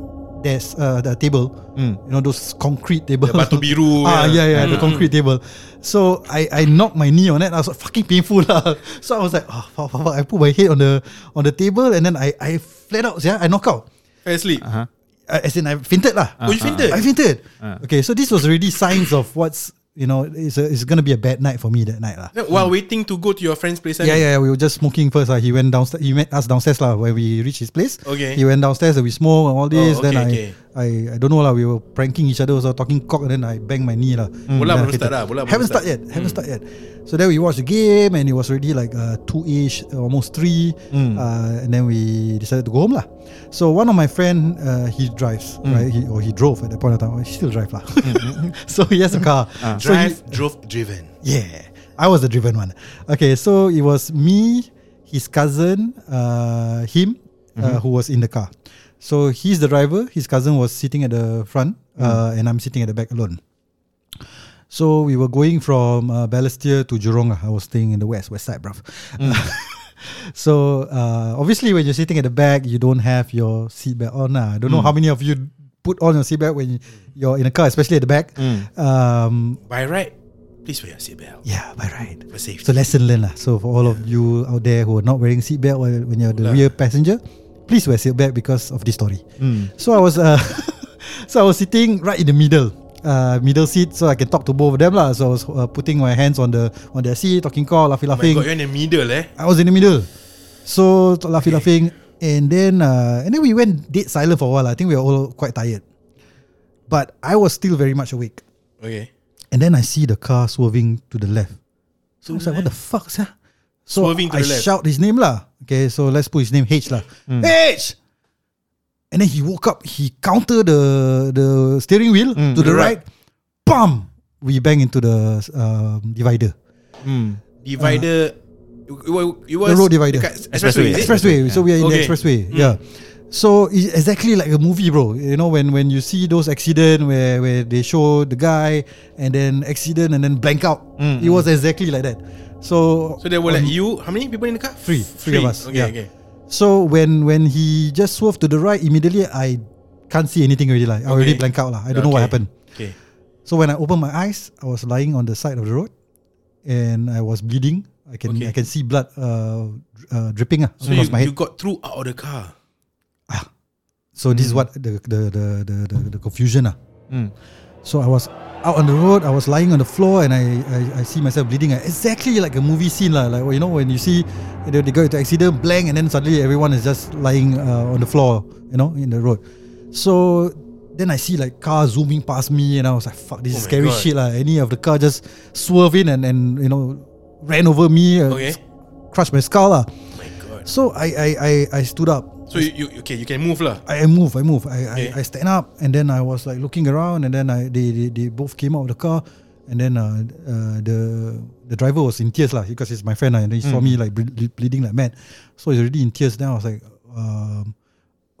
[SPEAKER 1] desk uh, the table,
[SPEAKER 2] Mm.
[SPEAKER 1] you know those concrete table,
[SPEAKER 2] The batu biru,
[SPEAKER 1] ah
[SPEAKER 2] yeah. Mm-hmm.
[SPEAKER 1] yeah yeah the concrete table. So I I knocked my knee on it. I was like, fucking painful lah. [LAUGHS] So I was like, oh, fuck, fuck, fuck. I put my head on the on the table and then I I flat out yeah I knock out.
[SPEAKER 2] I sleep
[SPEAKER 3] Uh-huh.
[SPEAKER 1] Uh, As in I fainted lah. Uh-huh.
[SPEAKER 2] Oh you fainted Uh.
[SPEAKER 1] I fainted. Okay, so this was already signs of what's you know it's a, it's gonna be a bad night for me that night lah.
[SPEAKER 2] While waiting to go to your friend's place I
[SPEAKER 1] Yeah,
[SPEAKER 2] mean.
[SPEAKER 1] yeah, yeah. We were just smoking first. Uh. He went downstairs. He met us downstairs lah, when we reached his place.
[SPEAKER 2] Okay.
[SPEAKER 1] He went downstairs and we smoked and all this.
[SPEAKER 2] Oh, okay,
[SPEAKER 1] then I,
[SPEAKER 2] okay.
[SPEAKER 1] I I don't know lah. We were pranking each other, so talking cock, and then I banged my knee lah.
[SPEAKER 2] Mm. Bola
[SPEAKER 1] Yeah,
[SPEAKER 2] belum
[SPEAKER 1] kita-
[SPEAKER 2] start lah, bola belum
[SPEAKER 1] haven't
[SPEAKER 2] start. Mm.
[SPEAKER 1] start yet. Haven't start yet. So then we watched the game, and it was already like uh, two ish, almost three.
[SPEAKER 2] Mm.
[SPEAKER 1] Uh, and then we decided to go home lah. So one of my friend, uh, he drives
[SPEAKER 2] Mm.
[SPEAKER 1] right, he, or he drove at that point of time. Oh, He still drive lah. [LAUGHS] so he has a car. So he-
[SPEAKER 2] Ah. Drive, drove, driven.
[SPEAKER 1] yeah, I was the driven one. Okay, so it was me, his cousin, uh, him, uh, who was in the car. So he's the driver. His cousin was sitting at the front, uh, and I'm sitting at the back alone. So we were going from uh, Balestier to Jurong. lah. I was staying in the west, west side, bruv. [LAUGHS] so uh, obviously, when you're sitting at the back, you don't have your seatbelt on. lah. I don't know how many of you put on your seatbelt when you're in a car, especially at the back. Um,
[SPEAKER 2] By right, please wear your seatbelt.
[SPEAKER 1] yeah, by right.
[SPEAKER 2] For safety.
[SPEAKER 1] So lesson learned lah. So for all of you out there who are not wearing seatbelt while- when you're the
[SPEAKER 2] Lah.
[SPEAKER 1] rear passenger, please wear seatbelt because of this story.
[SPEAKER 2] Hmm.
[SPEAKER 1] So I was, uh, [LAUGHS] so I was sitting right in the middle, uh, middle seat, so I can talk to both of them lah. So I was uh, putting my hands on the on their seat, talking call, laughing,
[SPEAKER 2] Oh My
[SPEAKER 1] laughing.
[SPEAKER 2] God, you're in the middle eh.
[SPEAKER 1] I was in the middle. So t- laughing, laughing, and then uh, and then we went dead silent for a while. I think we were all quite tired, but I was still very much awake.
[SPEAKER 2] Okay.
[SPEAKER 1] And then I see the car swerving to the left. So I was like, what the fuck, sir? So
[SPEAKER 2] Swerving to
[SPEAKER 1] I
[SPEAKER 2] the left.
[SPEAKER 1] shout his name lah. Okay, so let's put his name H lah. H. And then he woke up. He counter the the steering wheel to the right. Bam! We bang into the um, divider,
[SPEAKER 3] Hmm.
[SPEAKER 2] Divider. you, you
[SPEAKER 1] Uh-huh.
[SPEAKER 2] was
[SPEAKER 1] the road divider,
[SPEAKER 2] dekat Expressway. is it?
[SPEAKER 1] Expressway. So we are in the
[SPEAKER 2] Okay. Mm.
[SPEAKER 1] expressway. Yeah. So it's exactly like a movie, bro. You know when when you see those accident where where they show the guy and then accident and then blank out. It was exactly like that. So
[SPEAKER 2] Mm, So there were like you. How many people in the car?
[SPEAKER 1] Um, Three, three of us.
[SPEAKER 2] Okay,
[SPEAKER 1] yeah.
[SPEAKER 2] okay.
[SPEAKER 1] So when when he just swerved to the right, immediately I can't see anything already. Like I already
[SPEAKER 2] Okay.
[SPEAKER 1] blank out lah. I don't know what
[SPEAKER 2] Okay.
[SPEAKER 1] happened.
[SPEAKER 2] Okay.
[SPEAKER 1] So when I opened my eyes, I was lying on the side of the road, and I was bleeding. I can I
[SPEAKER 2] Okay.
[SPEAKER 1] can see blood uh, dr- uh, dripping ah,
[SPEAKER 2] So
[SPEAKER 1] across
[SPEAKER 2] you,
[SPEAKER 1] my head.
[SPEAKER 2] you got through out of the car.
[SPEAKER 1] so this is
[SPEAKER 2] Hmm.
[SPEAKER 1] what the the the the, the, the confusion ah.
[SPEAKER 3] Mm.
[SPEAKER 1] So I was out on the road. I was lying on the floor, and I I, I see myself bleeding. ah. Exactly like a movie scene lah. Like you know when you see they, they got into accident, blank, and then suddenly everyone is just lying uh, on the floor. You know, in the road. So then I see like cars zooming past me, and I was like, "Fuck, this
[SPEAKER 2] Oh
[SPEAKER 1] is
[SPEAKER 2] my
[SPEAKER 1] scary
[SPEAKER 2] God.
[SPEAKER 1] shit lah." Any of the car just swerve in and and you know ran over me, uh,
[SPEAKER 2] Okay.
[SPEAKER 1] crushed my skull lah.
[SPEAKER 2] Oh my god.
[SPEAKER 1] So I I I, I stood up.
[SPEAKER 2] So you, you okay? You can move lah.
[SPEAKER 1] I I move, I move. I,
[SPEAKER 2] Okay.
[SPEAKER 1] I, I stand up and then I was like looking around and then I they, they, they both came out of the car and then uh, uh, the the driver was in tears lah because he's my friend lah, and then he saw
[SPEAKER 2] Mm.
[SPEAKER 1] me like ble- ble- bleeding like mad. So he's already in tears. Then I was like, um,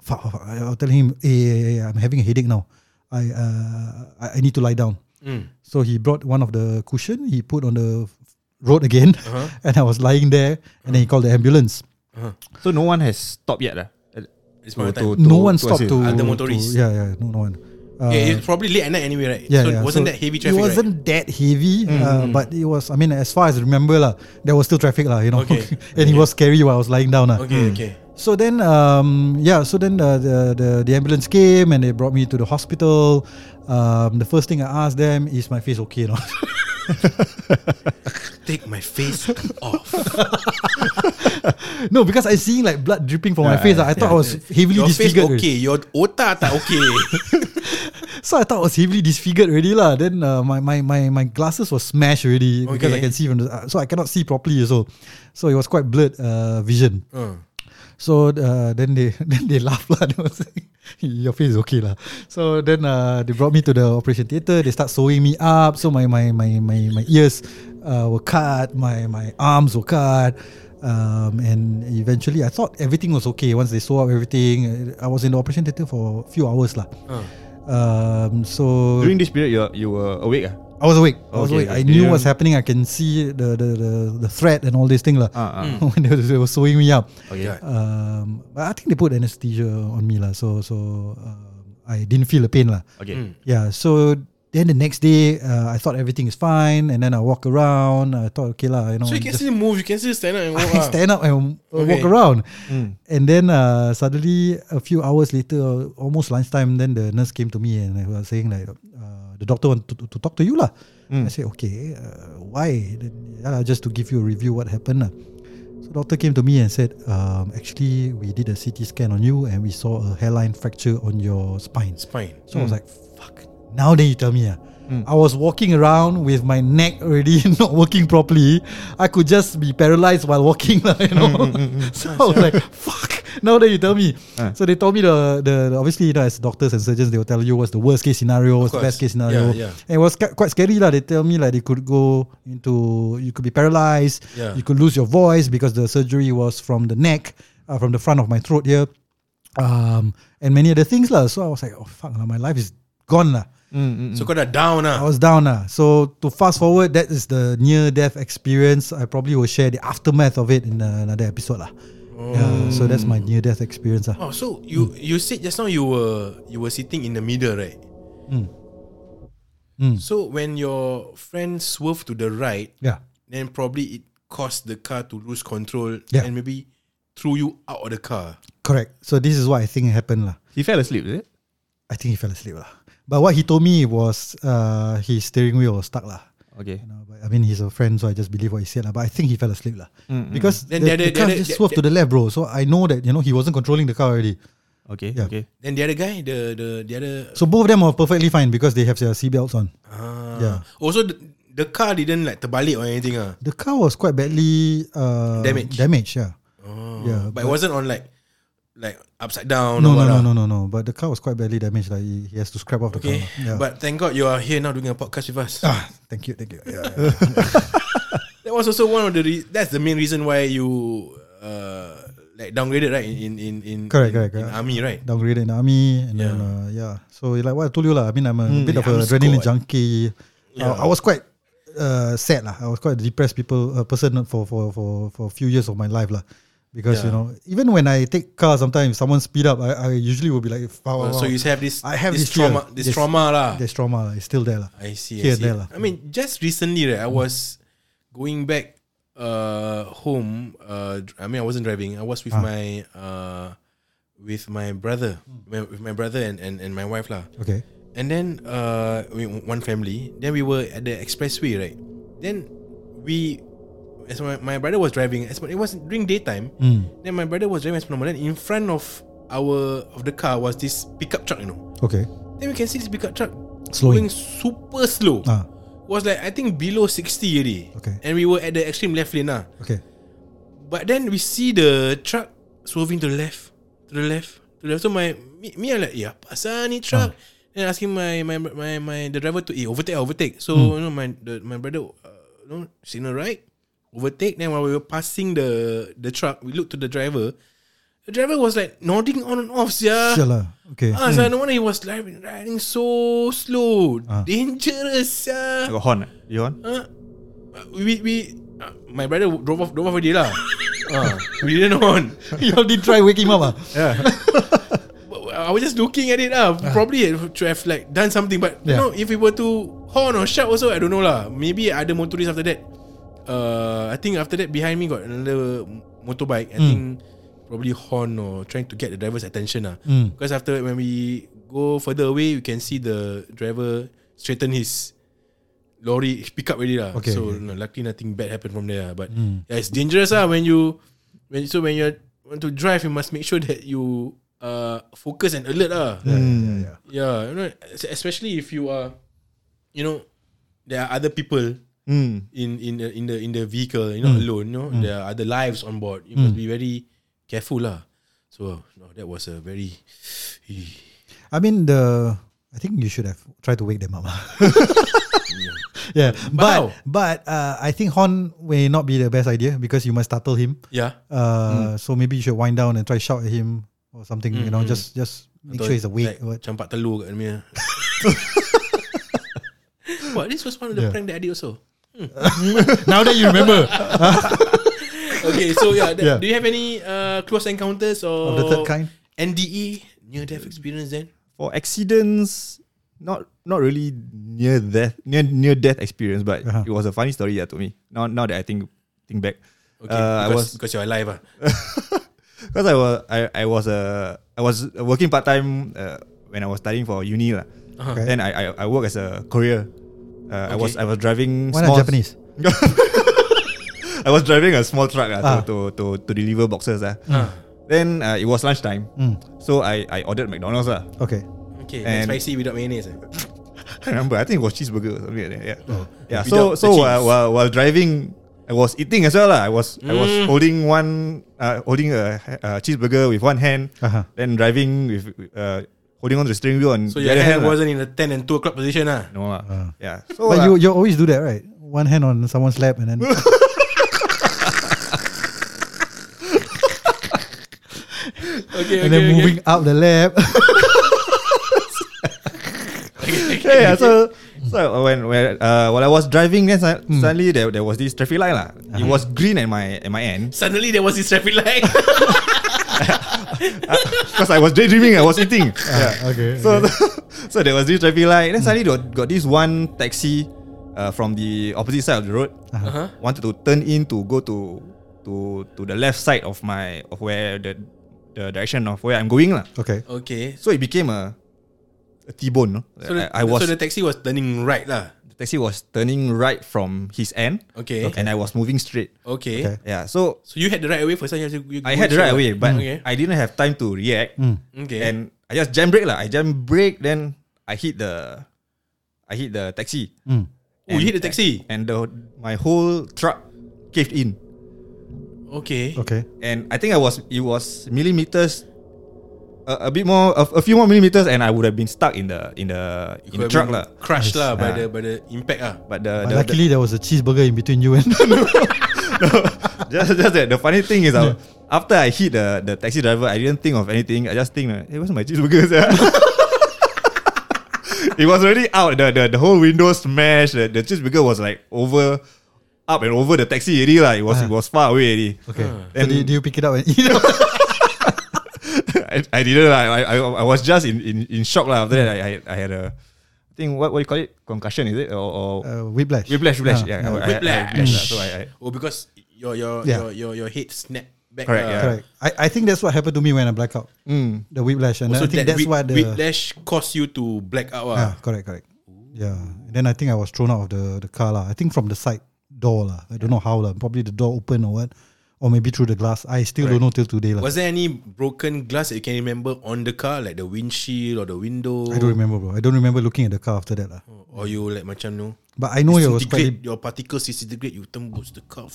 [SPEAKER 1] fuck, fuck, fuck. I- I'll tell him, hey, hey, hey, I'm having a headache now. I uh, I, I need to lie down.
[SPEAKER 2] Mm.
[SPEAKER 1] So he brought one of the cushion he put on the road again
[SPEAKER 2] Uh-huh.
[SPEAKER 1] [LAUGHS] and I was lying there and then he called the ambulance.
[SPEAKER 3] So no one has stopped yet. lah. Uh,
[SPEAKER 2] It's my time.
[SPEAKER 3] to- to-
[SPEAKER 1] no one stopped
[SPEAKER 3] assist.
[SPEAKER 1] to,
[SPEAKER 2] Other
[SPEAKER 1] to-
[SPEAKER 2] motorists.
[SPEAKER 1] yeah, yeah, no, no one. Uh,
[SPEAKER 2] yeah, it's probably late at night anyway, right?
[SPEAKER 1] Yeah,
[SPEAKER 2] so
[SPEAKER 1] yeah.
[SPEAKER 2] it wasn't
[SPEAKER 1] So
[SPEAKER 2] that heavy traffic,
[SPEAKER 1] It wasn't
[SPEAKER 2] right? Mm.
[SPEAKER 1] that heavy, uh, but it was. I mean, as far as I remember, lah, there was still traffic, lah. You know,
[SPEAKER 2] Okay.
[SPEAKER 1] [LAUGHS] and it was scary while I was lying down, lah.
[SPEAKER 2] Okay, okay.
[SPEAKER 1] So then, um, yeah. So then the, the the the ambulance came and they brought me to the hospital. Um, the first thing I asked them is, "My face okay?" or not?" [LAUGHS]
[SPEAKER 2] Take my
[SPEAKER 1] [LAUGHS]
[SPEAKER 2] face off.
[SPEAKER 1] no, because I seeing like blood dripping from my
[SPEAKER 3] Yeah,
[SPEAKER 1] face. lah. I
[SPEAKER 3] yeah,
[SPEAKER 1] thought I was heavily
[SPEAKER 2] Your face
[SPEAKER 1] disfigured. already.
[SPEAKER 2] okay. Your otak
[SPEAKER 1] [LAUGHS]
[SPEAKER 2] tak okay.
[SPEAKER 1] So I thought I was heavily disfigured already lah. Then uh, my, my my my glasses were smashed already because I
[SPEAKER 2] Okay.
[SPEAKER 1] can see from the uh, so I cannot see properly so so it was quite blurred uh, vision. So uh, then they [LAUGHS] then they laughed lah. They was like, Your face is okay lah. So then uh, they brought me to the operation theater. They start sewing me up. So my my my my my ears uh, were cut. My my arms were cut. Um, and eventually, I thought everything was okay once they sew up everything. I was in the operation theater for a few hours lah. Um, so
[SPEAKER 3] During this period, you you were awake. ah?
[SPEAKER 1] I was awake. I was awake.
[SPEAKER 3] Okay, okay.
[SPEAKER 1] I knew
[SPEAKER 3] Yeah.
[SPEAKER 1] what's happening. I can see the the the, the threat and all these things lah.
[SPEAKER 3] Ah, ah.
[SPEAKER 1] [LAUGHS] when they, were- they were sewing me up.
[SPEAKER 2] Okay. God.
[SPEAKER 1] Um, but I think they put anesthesia on me lah. So so um, I didn't feel the pain lah.
[SPEAKER 3] Okay.
[SPEAKER 2] Hmm.
[SPEAKER 1] Yeah. So then the next day, uh, I thought everything is fine, and then I walk around. I thought okay lah, you know.
[SPEAKER 2] So you can
[SPEAKER 1] just-
[SPEAKER 2] still move. You can still stand up
[SPEAKER 1] [LAUGHS]
[SPEAKER 2] and walk.
[SPEAKER 1] I
[SPEAKER 2] ah.
[SPEAKER 1] stand up and uh, walk
[SPEAKER 2] Okay. Hmm.
[SPEAKER 1] around. And then uh, suddenly, a few hours later, uh, almost lunchtime, then the nurse came to me and I was saying like, uh, the doctor want to, to talk to you
[SPEAKER 2] Hmm.
[SPEAKER 1] lah. I said, okay, uh, why? Then, yeah, just to give you a review what happened lah. So doctor came to me and said, um, actually we did a CT scan on you and we saw a hairline fracture on your spine.
[SPEAKER 2] Spine.
[SPEAKER 1] So I was like, fuck. Now then you tell me. ah.
[SPEAKER 2] Hmm.
[SPEAKER 1] I was walking around with my neck already [LAUGHS] not working properly. I could just be paralyzed while walking, lah, you know.
[SPEAKER 2] Hmm,
[SPEAKER 1] [LAUGHS] so I was like, fuck. Now that you tell me.
[SPEAKER 3] Ah.
[SPEAKER 1] So they told me the, the the- obviously you know as doctors and surgeons they will tell you what's the worst case scenario, what's the best
[SPEAKER 2] course.
[SPEAKER 1] case scenario.
[SPEAKER 2] Yeah, yeah.
[SPEAKER 1] And it was ca- quite scary lah. They tell me like they could go into you could be paralyzed,
[SPEAKER 2] Yeah.
[SPEAKER 1] you could lose your voice because the surgery was from the neck, uh, from the front of my throat here, um, and many other things lah. So I was like, oh fuck, lah, my life is gone lah.
[SPEAKER 2] So kau dah down
[SPEAKER 1] I
[SPEAKER 2] lah.
[SPEAKER 1] was down lah. So to fast forward, that is the near death experience. I probably will share the aftermath of it in uh, another episode lah. Yeah, so that's my near death experience lah.
[SPEAKER 2] Oh, so you you said just now you were you were sitting in the middle, right?
[SPEAKER 1] Mm.
[SPEAKER 2] So when your friend swerved to the right,
[SPEAKER 1] Yeah.
[SPEAKER 2] then probably it caused the car to lose control
[SPEAKER 1] Yeah.
[SPEAKER 2] and maybe threw you out of the car.
[SPEAKER 1] Correct. So this is what I think happened lah.
[SPEAKER 3] He fell asleep, is it?
[SPEAKER 1] I think he fell asleep lah. But what he told me was uh, his steering wheel was stuck lah.
[SPEAKER 3] Okay.
[SPEAKER 1] You know, but I mean, he's a friend, so I just believe what he said lah. But I think he fell asleep lah because
[SPEAKER 2] Mm, Then
[SPEAKER 1] the,
[SPEAKER 2] the other-
[SPEAKER 1] the car
[SPEAKER 2] the other-
[SPEAKER 1] just
[SPEAKER 2] the-
[SPEAKER 1] swerved to the left, bro. So I know that you know he wasn't controlling the car already.
[SPEAKER 3] Okay.
[SPEAKER 1] Yeah.
[SPEAKER 3] Okay.
[SPEAKER 2] Then the other guy, the the the other.
[SPEAKER 1] So both of them are perfectly fine because they have their seatbelts on.
[SPEAKER 2] Ah.
[SPEAKER 1] yeah.
[SPEAKER 2] Also, the, the car didn't like terbalik or anything ah.
[SPEAKER 1] The car was quite badly uh,
[SPEAKER 2] Damaged.
[SPEAKER 1] Damaged, yeah.
[SPEAKER 2] Oh.
[SPEAKER 1] Yeah,
[SPEAKER 2] but, it wasn't on like like upside down.
[SPEAKER 1] No, no,
[SPEAKER 2] or what
[SPEAKER 1] no,
[SPEAKER 2] ah.
[SPEAKER 1] no, no, no. But the car was quite badly damaged. Like he, he has to scrap off the car.
[SPEAKER 2] Okay,
[SPEAKER 1] lah. Yeah.
[SPEAKER 2] but thank God you are here now doing a podcast with us.
[SPEAKER 1] ah, thank you, thank you. Yeah, yeah.
[SPEAKER 2] That was also one of the re- that's the main reason why you uh like downgraded right in in in
[SPEAKER 1] Correct,
[SPEAKER 2] in,
[SPEAKER 1] correct,
[SPEAKER 2] in
[SPEAKER 1] correct.
[SPEAKER 2] army right.
[SPEAKER 1] downgraded in the army and then
[SPEAKER 2] Yeah. Hmm,
[SPEAKER 1] uh, yeah so like what I told you lah I mean I'm a bit of
[SPEAKER 2] I'm
[SPEAKER 1] a adrenaline
[SPEAKER 2] squad.
[SPEAKER 1] junkie uh, I was quite uh, sad lah I was quite a depressed people uh, person for for for for a few years of my life lah because you
[SPEAKER 2] Yeah.
[SPEAKER 1] know even when I take car sometimes if someone speed up I, I usually will be like wow, wow,
[SPEAKER 2] Oh, So you have this
[SPEAKER 1] Oh. I have
[SPEAKER 2] this
[SPEAKER 1] this fear.
[SPEAKER 2] trauma this
[SPEAKER 1] This-
[SPEAKER 2] trauma lah.
[SPEAKER 1] there's trauma lah. it's still there lah
[SPEAKER 2] I see.
[SPEAKER 1] here and
[SPEAKER 2] I, see.
[SPEAKER 1] there lah.
[SPEAKER 2] I mean, just recently, right, I was going back uh, home. Uh, dr- I mean, I wasn't driving. I was with
[SPEAKER 1] Ah.
[SPEAKER 2] my uh, with my brother,
[SPEAKER 1] Hmm.
[SPEAKER 2] my- with my brother and, and, and my wife lah.
[SPEAKER 1] okay
[SPEAKER 2] And then uh, we, one family. Then we were at the expressway, right? Then we, as my, my brother was driving, as it was during daytime.
[SPEAKER 1] Hmm.
[SPEAKER 2] Then my brother was driving as normal. Then in front of our of the car was this pickup truck, you know.
[SPEAKER 1] okay
[SPEAKER 2] Then we can see this pickup truck
[SPEAKER 1] Slowing.
[SPEAKER 2] going super slow.
[SPEAKER 1] Ah.
[SPEAKER 2] Was like I think below 60 already.
[SPEAKER 1] Okay.
[SPEAKER 2] And we were at the extreme left lane lah.
[SPEAKER 1] okay
[SPEAKER 2] [LAUGHS] But then we see the truck swerving to the left, to the left, to the left. So my me, me I'm like, yeah, pasal ni truck. Then asking my my my my the driver to eh, overtake, ah, overtake. So you know my the, my brother, uh, you know, signal right, overtake. Then while we were passing the the truck, we looked to the driver. The driver was like nodding on and off, yeah.
[SPEAKER 1] sure lah okay
[SPEAKER 2] Ah, so no wonder he was driving, riding so slow, dangerous.
[SPEAKER 3] I
[SPEAKER 2] Uh.
[SPEAKER 3] got horn. ah. You horn?
[SPEAKER 2] We we uh, my brother drove off drove off
[SPEAKER 1] [LAUGHS]
[SPEAKER 2] already lah. Ah, we didn't on.
[SPEAKER 1] you all did try waking him up ah
[SPEAKER 2] [LAUGHS] But I was just looking at it lah. Probably to have like done something, but you
[SPEAKER 1] Yeah.
[SPEAKER 2] know if we were to horn or shout also, I don't know lah. Maybe other motorists after that. Uh, I think after that behind me got another motorbike. I
[SPEAKER 1] Hmm.
[SPEAKER 2] think probably horn or trying to get the driver's attention lah.
[SPEAKER 1] Hmm.
[SPEAKER 2] Because after when we go further away, you can see the driver straighten his lorry [LAUGHS] pick up already lah.
[SPEAKER 1] Okay,
[SPEAKER 2] so
[SPEAKER 1] okay.
[SPEAKER 2] no, luckily nothing bad happened from there. lah. But
[SPEAKER 1] Hmm.
[SPEAKER 2] yeah, it's dangerous lah when you when so when you want to drive, you must make sure that you uh focus and alert lah.
[SPEAKER 1] [LAUGHS] yeah, Hmm. yeah.
[SPEAKER 2] Yeah, you know, es- especially if you are, you know, there are other people
[SPEAKER 3] Mm.
[SPEAKER 2] in in the in the in the vehicle. You're not
[SPEAKER 1] Hmm.
[SPEAKER 2] alone. You know, there are other lives on board. You must be very careful lah. So no, that was a very
[SPEAKER 1] I mean the I think you should have tried to wake them up. [LAUGHS] yeah,
[SPEAKER 2] But how?
[SPEAKER 1] but but uh, I think horn may not be the best idea because you must startle him.
[SPEAKER 2] yeah.
[SPEAKER 1] Uh, so maybe you should wind down and try shout at him or something. You know, just just make
[SPEAKER 2] Atau
[SPEAKER 1] sure he's awake.
[SPEAKER 2] Like,
[SPEAKER 1] Like,
[SPEAKER 2] campak telur kat ah.
[SPEAKER 1] [LAUGHS]
[SPEAKER 2] [LAUGHS] dia. What this was one of the
[SPEAKER 1] Yeah.
[SPEAKER 2] prank that I did also.
[SPEAKER 1] now that you [LAUGHS] remember
[SPEAKER 2] Okay, so yeah, that,
[SPEAKER 1] Yeah.
[SPEAKER 2] do you have any uh, close encounters
[SPEAKER 1] of
[SPEAKER 2] or
[SPEAKER 1] the third kind,
[SPEAKER 2] NDE near
[SPEAKER 3] Uh,
[SPEAKER 2] death experience then?
[SPEAKER 3] For accidents, not not really near death near near death experience, but
[SPEAKER 1] Uh-huh.
[SPEAKER 3] it was a funny story yeah, to me. Now now that I think think back,
[SPEAKER 2] Okay,
[SPEAKER 3] Uh, I
[SPEAKER 2] because,
[SPEAKER 3] was-
[SPEAKER 2] because you're alive ah.
[SPEAKER 3] because I was I, I was uh, I was working part time uh, when I was studying for uni lah.
[SPEAKER 1] Okay.
[SPEAKER 3] Then I, I I work as a courier. Uh, I was
[SPEAKER 2] Uh-huh. Okay.
[SPEAKER 3] I was driving.
[SPEAKER 1] why
[SPEAKER 3] small
[SPEAKER 1] not Japanese?
[SPEAKER 3] I was driving a small truck ah,
[SPEAKER 1] Ah.
[SPEAKER 3] to, to, to, to deliver boxes. ah.
[SPEAKER 2] Uh-huh.
[SPEAKER 3] Then uh, it was lunchtime.
[SPEAKER 1] Mm.
[SPEAKER 3] So I, I ordered McDonald's. ah.
[SPEAKER 1] Okay.
[SPEAKER 2] Okay,
[SPEAKER 3] And-
[SPEAKER 2] spicy without mayonnaise. eh?
[SPEAKER 3] I remember. I think it was cheeseburger or something like that. Yeah. yeah. So
[SPEAKER 2] Without
[SPEAKER 3] so
[SPEAKER 2] the
[SPEAKER 3] while,
[SPEAKER 2] cheese.
[SPEAKER 3] while while driving, I was eating as well. lah. I was I was
[SPEAKER 2] Mm.
[SPEAKER 3] holding one uh, holding a, a cheeseburger with one hand,
[SPEAKER 1] Uh-huh.
[SPEAKER 3] then driving with uh, holding on to the steering wheel on
[SPEAKER 2] So your
[SPEAKER 3] the other
[SPEAKER 2] hand
[SPEAKER 3] hand. lah.
[SPEAKER 2] wasn't in the 10 and 2 o'clock position ah.
[SPEAKER 3] no lah. Yeah. So
[SPEAKER 1] But
[SPEAKER 3] uh, [LAUGHS]
[SPEAKER 1] you you always do that, right? One hand on someone's lap and then
[SPEAKER 2] Okay, okay,
[SPEAKER 1] and then
[SPEAKER 2] okay.
[SPEAKER 1] moving up the lap.
[SPEAKER 3] yeah, yeah. So so when when uh, while I was driving, then su- suddenly there, there was this traffic light lah. It was green at my at my end
[SPEAKER 2] Suddenly there was this traffic
[SPEAKER 3] [LAUGHS]
[SPEAKER 2] light.
[SPEAKER 3] because I was daydreaming. I was eating. Yeah.
[SPEAKER 1] okay.
[SPEAKER 3] So, [LAUGHS] so there was this traffic light. Then suddenly got, got this one taxi uh, from the opposite side of the road
[SPEAKER 2] Uh-huh.
[SPEAKER 3] wanted to turn in to go to to to the left side of my of where the the direction of where I'm going lah.
[SPEAKER 1] okay.
[SPEAKER 2] okay.
[SPEAKER 3] So it became a, a T-bone. No?
[SPEAKER 2] So the,
[SPEAKER 3] I, I
[SPEAKER 2] so
[SPEAKER 3] was
[SPEAKER 2] the taxi was turning right lah.
[SPEAKER 3] the taxi was turning right from his end.
[SPEAKER 2] Okay. Okay.
[SPEAKER 3] And I was moving straight.
[SPEAKER 1] Okay.
[SPEAKER 3] Yeah. So
[SPEAKER 2] So you had the right away first time you, have to- you ah.
[SPEAKER 3] I had the right away, but
[SPEAKER 2] okay.
[SPEAKER 3] I didn't have time to react.
[SPEAKER 1] Mm,
[SPEAKER 2] okay.
[SPEAKER 3] And I just jam brake lah. I jam brake, then I hit the, I hit the taxi,
[SPEAKER 1] mm.
[SPEAKER 2] oh, you hit the taxi.
[SPEAKER 3] and the my whole truck caved in.
[SPEAKER 2] Okay.
[SPEAKER 1] Okay.
[SPEAKER 3] And I think I was it was millimeters, a, a bit more, a, a few more millimeters, and I would have been stuck in the in the in the truck lah.
[SPEAKER 2] Crushed lah by
[SPEAKER 3] Ah.
[SPEAKER 2] the by the impact ah.
[SPEAKER 3] But the,
[SPEAKER 1] But
[SPEAKER 3] the,
[SPEAKER 1] luckily there was a cheeseburger in between you and [LAUGHS]
[SPEAKER 3] the just just that the funny thing is, I, after I hit the the taxi driver, I didn't think of anything. I just think, hey, where's my cheeseburger? sia?" [LAUGHS] it was already out. The, the the whole window smashed. The, the cheeseburger was like over, up and over the taxi already lah. It was it was far away already.
[SPEAKER 1] Ah. Okay. So
[SPEAKER 3] Then-
[SPEAKER 1] did, did you pick it up and eat it?
[SPEAKER 3] I, I didn't. lah. I, I I was just in in, in shock lah. After that,
[SPEAKER 1] Hmm.
[SPEAKER 3] I, I I had a, I think what what do you call it concussion is it or, or
[SPEAKER 1] Uh, whiplash.
[SPEAKER 3] whiplash
[SPEAKER 1] Ah,
[SPEAKER 3] whiplash yeah,
[SPEAKER 1] ah.
[SPEAKER 3] I- I- I-
[SPEAKER 2] Whiplash.
[SPEAKER 3] whiplash lah. So I, I
[SPEAKER 2] Oh, because your your
[SPEAKER 1] Yeah.
[SPEAKER 2] your, your your head snapped back.
[SPEAKER 3] Correct,
[SPEAKER 2] lah.
[SPEAKER 3] yeah. Mm.
[SPEAKER 1] Correct. I, I think that's what happened to me when I black out. The whiplash. And I
[SPEAKER 2] So
[SPEAKER 1] think
[SPEAKER 2] that
[SPEAKER 1] that's
[SPEAKER 2] whip-
[SPEAKER 1] what the
[SPEAKER 2] whiplash caused you to black out.
[SPEAKER 1] Ah,
[SPEAKER 2] Ah.
[SPEAKER 1] correct, correct. Yeah. And then I think I was thrown out of the, the car lah. I think from the side door lah. I don't know how lah. Probably the door open or what, or maybe through the glass. I still don't know till today lah.
[SPEAKER 2] Was there any broken glass that you can remember on the car, like the windshield or the window?
[SPEAKER 1] I don't remember, bro. I don't remember looking at the car after that lah.
[SPEAKER 2] Or you like macam no?
[SPEAKER 1] But I know it was quite.
[SPEAKER 2] Disintegrate, your particles disintegrate, you tembus the car.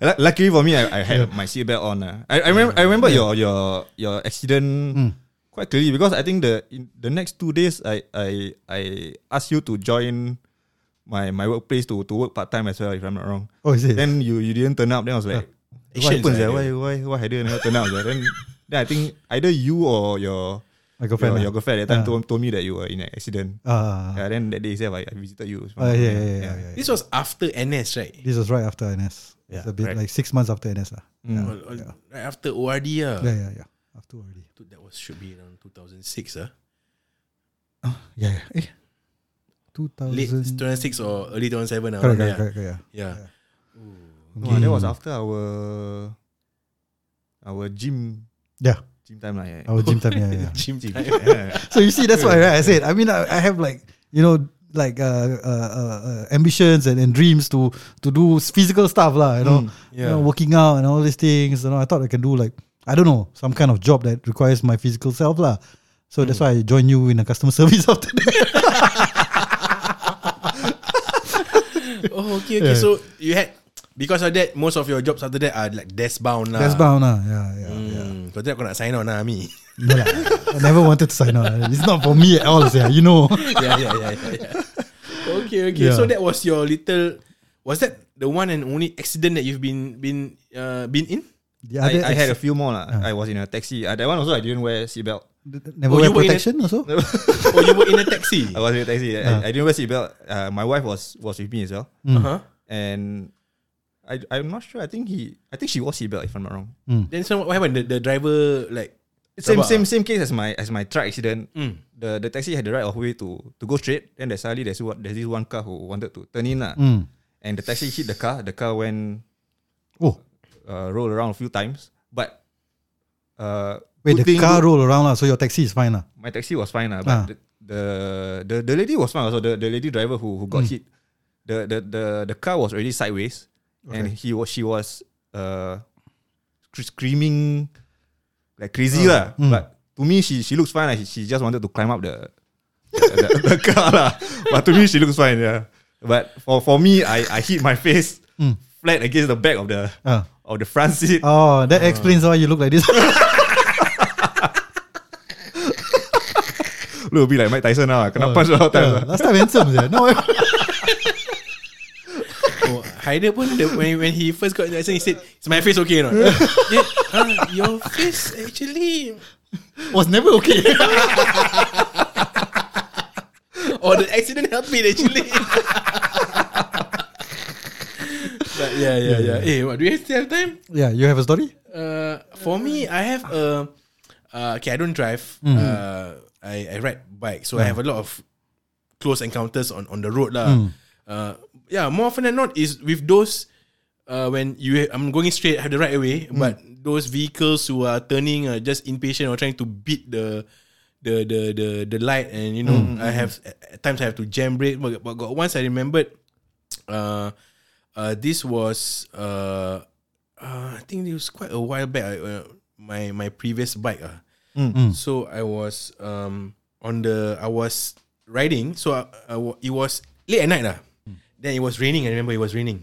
[SPEAKER 3] Lu- Luckily for me, I, I had my seatbelt on. Uh. I, I remember, I remember your your your accident
[SPEAKER 1] Mm.
[SPEAKER 3] quite clearly because I think the in the next two days, I I I asked you to join my my workplace to, to work part time as well. If I'm not wrong.
[SPEAKER 1] Oh, is it?
[SPEAKER 3] Then you you didn't turn up. Then I was like, what
[SPEAKER 2] Actions
[SPEAKER 3] happened?
[SPEAKER 2] lah
[SPEAKER 3] sia?
[SPEAKER 2] dia.
[SPEAKER 3] Why why why I didn't turn up? sia? then [LAUGHS] then I think either you or your
[SPEAKER 1] My girlfriend
[SPEAKER 3] your,
[SPEAKER 1] lah.
[SPEAKER 3] your girlfriend at that time
[SPEAKER 1] Ah.
[SPEAKER 3] told, told me that you were in an accident.
[SPEAKER 1] Ah,
[SPEAKER 3] yeah. Then that day itself, I, I visited you.
[SPEAKER 1] ah, yeah, yeah, yeah, yeah, yeah.
[SPEAKER 2] This was after NS, right?
[SPEAKER 1] This was right after NS. it's
[SPEAKER 3] Yeah,
[SPEAKER 1] a bit
[SPEAKER 3] right. Mm.
[SPEAKER 1] like six months after NS lah. Yeah.
[SPEAKER 2] Or- or Right after ORD,
[SPEAKER 1] yeah,
[SPEAKER 2] ah.
[SPEAKER 1] yeah, yeah. After already.
[SPEAKER 2] Dude, That was should be around 2006, ah.
[SPEAKER 1] Yeah, yeah. Eh, two
[SPEAKER 2] Late
[SPEAKER 1] thousand.
[SPEAKER 2] 2006 or early 2007, ah,
[SPEAKER 1] Correct,
[SPEAKER 2] around
[SPEAKER 1] correct,
[SPEAKER 2] there,
[SPEAKER 1] correct, correct, yeah.
[SPEAKER 2] Yeah.
[SPEAKER 3] No, that was after our our gym
[SPEAKER 1] Yeah,
[SPEAKER 3] gym time lah. Yeah.
[SPEAKER 1] our gym time. Yeah, yeah.
[SPEAKER 2] Gym time.
[SPEAKER 1] [LAUGHS] So you see, that's why right, I said. I mean, I, I have like you know, like uh, uh, uh, uh, ambitions and, and dreams to to do s- physical stuff lah. You know,
[SPEAKER 3] Mm,
[SPEAKER 1] you know,
[SPEAKER 2] yeah.
[SPEAKER 1] working out and all these things. You know, I thought I can do like I don't know some kind of job that requires my physical self lah. So that's
[SPEAKER 3] Mm.
[SPEAKER 1] why I joined you in a customer [LAUGHS] service after that.
[SPEAKER 2] Oh, okay, okay. So you had because of that, most of your jobs after that are like desk bound lah.
[SPEAKER 3] Ah.
[SPEAKER 1] That's bound lah. Yeah, yeah. yeah.
[SPEAKER 2] Hmm, Kalau tidak aku nak sign on lah
[SPEAKER 1] [LAUGHS]
[SPEAKER 2] Ami [LAUGHS]
[SPEAKER 1] No lah. I never wanted to sign on. It's not for me at all. Yeah, you know.
[SPEAKER 2] Yeah yeah yeah yeah, yeah. Okay okay
[SPEAKER 1] Yeah.
[SPEAKER 2] So that was your little Was that the one and only accident That you've been Been uh, been in?
[SPEAKER 1] The
[SPEAKER 3] I, I had a
[SPEAKER 1] ex-
[SPEAKER 3] few more lah. I was in a taxi. Uh, that one also I didn't wear seatbelt.
[SPEAKER 1] never
[SPEAKER 2] Oh,
[SPEAKER 1] wear
[SPEAKER 2] you were in a-
[SPEAKER 1] protection also.
[SPEAKER 2] Or you were in a
[SPEAKER 1] [LAUGHS]
[SPEAKER 2] taxi?
[SPEAKER 3] I was in a taxi. I, I didn't wear seatbelt. Uh, my wife was was with me as well,
[SPEAKER 2] Uh-huh.
[SPEAKER 3] and I I'm not sure. I think he I think she wore seatbelt if I'm not wrong.
[SPEAKER 2] Then so what happened? The, the driver like
[SPEAKER 3] Same
[SPEAKER 2] Rabak
[SPEAKER 3] same
[SPEAKER 2] ah.
[SPEAKER 3] same case as my as my truck accident.
[SPEAKER 2] Mm.
[SPEAKER 3] The the taxi had the right of way to to go straight. Then there's suddenly there's what there's this one car who wanted to turn in lah,
[SPEAKER 1] Mm.
[SPEAKER 3] and the taxi hit the car. The car went
[SPEAKER 1] Oh,
[SPEAKER 3] uh, rolled around a few times, but uh,
[SPEAKER 1] wait,
[SPEAKER 3] good
[SPEAKER 1] the
[SPEAKER 3] thing-
[SPEAKER 1] car roll around lah. So your taxi is fine lah.
[SPEAKER 3] my taxi was fine uh, lah,
[SPEAKER 1] Ah. Hmm.
[SPEAKER 3] but the, the the the lady was fine also. The, the lady driver who who got hit, the the the, the car was already sideways, and
[SPEAKER 1] Okay.
[SPEAKER 3] he was she was uh sc- screaming like
[SPEAKER 1] Oh.
[SPEAKER 3] crazy lah.
[SPEAKER 1] Hmm.
[SPEAKER 3] But to me, she she looks fine. Like she, she just wanted to climb up the the, the- [LAUGHS] the car lah. But to me, she looks fine. Yeah. But for for me, I I hit my face
[SPEAKER 1] Hmm.
[SPEAKER 3] flat against the back of the
[SPEAKER 1] Ah.
[SPEAKER 3] of the front seat.
[SPEAKER 1] Oh,
[SPEAKER 2] Ah.
[SPEAKER 1] that explains why you look
[SPEAKER 2] [LAUGHS]
[SPEAKER 1] like this.
[SPEAKER 3] Look a bit like Mike Tyson now. Kena punch a lot of times.
[SPEAKER 1] Yeah,
[SPEAKER 3] lah.
[SPEAKER 1] last time handsome je. No,
[SPEAKER 2] Oh, Haider pun the, when, when he first got the accent, he said, "Is my face okay or
[SPEAKER 1] [LAUGHS]
[SPEAKER 2] not?" Then, "Ah, your face actually,
[SPEAKER 1] was never okay. [LAUGHS]
[SPEAKER 2] [LAUGHS] or Oh, the accident helped it actually. but yeah, yeah, yeah. Hey, what do you still have time?
[SPEAKER 1] yeah, you have a story?
[SPEAKER 2] Uh, for me, I have a. Uh, okay, I don't drive. Uh, I I ride bike, so I have a lot of close encounters on on the road lah. Uh, yeah, more often than not is with those. Uh, when you I'm going straight, have the right away, but those vehicles who are turning are just impatient or trying to beat the. The, the the the light and you know I have at times I have to jam brake but, but got once I remembered uh, uh, this was uh, uh, I think it was quite a while back. I, uh, my my previous bike ah. So I was um on the I was riding. So I, I wa- it was late at night lah. Then it was raining. I remember it was raining.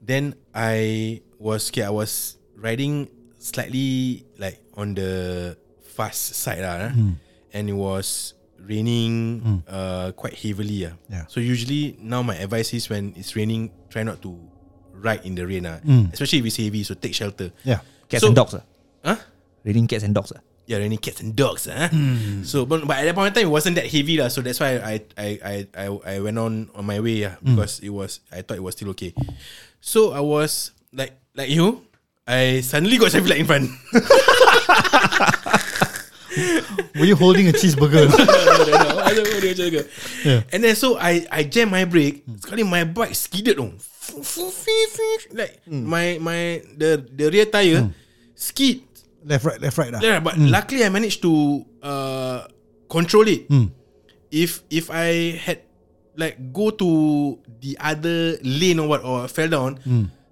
[SPEAKER 2] Then I was okay. I was riding slightly like on the fast side lah, ah. and it was raining uh quite heavily ah.
[SPEAKER 1] Yeah.
[SPEAKER 2] So usually now my advice is when it's raining, try not to ride in the rain ah. Especially if it's heavy, so take shelter.
[SPEAKER 1] Yeah.
[SPEAKER 3] Cats
[SPEAKER 2] So-
[SPEAKER 3] and dogs. ah.
[SPEAKER 2] Huh?
[SPEAKER 3] Reading cats and dogs. ah.
[SPEAKER 2] Yeah, raining cats and dogs. ah. So, but, but at that point in time, it wasn't that heavy lah. So that's why I I I I, I went on on my way yeah, because it was I thought it was still okay. So I was like like you, I suddenly got traffic light in front.
[SPEAKER 1] Were you holding a cheeseburger? [LAUGHS] Yeah.
[SPEAKER 2] And then so I I jam my brake. Sekali my bike skidded oh. dong. Like my my the the rear tire skid.
[SPEAKER 1] left, right, left, right. lah.
[SPEAKER 2] Yeah, but luckily I managed to uh control it. If if I had like go to the other lane or what or fell down,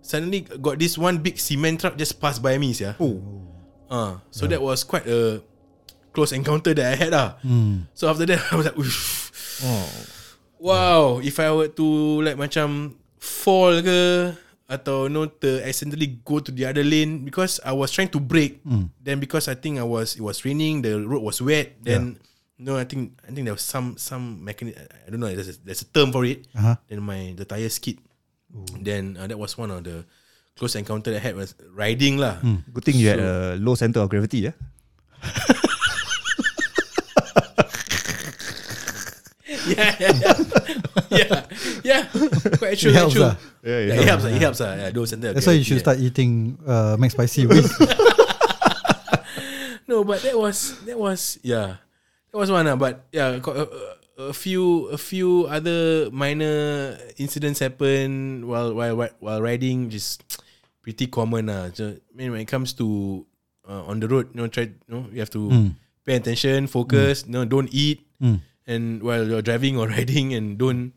[SPEAKER 2] suddenly got this one big cement truck just passed by me, yeah.
[SPEAKER 3] Oh.
[SPEAKER 2] Uh, so that was quite a close encounter that I had ah. So after that [LAUGHS] I was like, Oof. wow, if I were to like macam fall ke atau you know to accidentally go to the other lane because I was trying to brake. Then because I think I was it was raining, the road was wet. Then no, I think I think there was some some mechanism. I don't know. There's a, there's a term for it.
[SPEAKER 1] Uh-huh.
[SPEAKER 2] Then my the tire skid. Then uh, that was one of the close encounter that I had was riding lah.
[SPEAKER 3] Good thing you had a low center of gravity. Yeah.
[SPEAKER 2] yeah, yeah, yeah, yeah. yeah. Quite true,
[SPEAKER 1] It
[SPEAKER 2] quite
[SPEAKER 1] helps
[SPEAKER 2] true.
[SPEAKER 1] lah.
[SPEAKER 3] Yeah,
[SPEAKER 2] Yeah, it helps. lah, It helps. lah. Yeah, those and that.
[SPEAKER 1] That's why you should start eating uh, Mac Spicy
[SPEAKER 2] [LAUGHS]
[SPEAKER 1] with.
[SPEAKER 2] No, but that was that was yeah, that was one. ah, but yeah, got a, a- a few a few other minor incidents happen while while while- while riding. Just pretty common. Uh. So, I mean, when it comes to uh, on the road, you know, try you know, you have to
[SPEAKER 1] Hmm.
[SPEAKER 2] pay attention, focus. No, don't eat, and while you're driving or [LAUGHS] riding, and don't.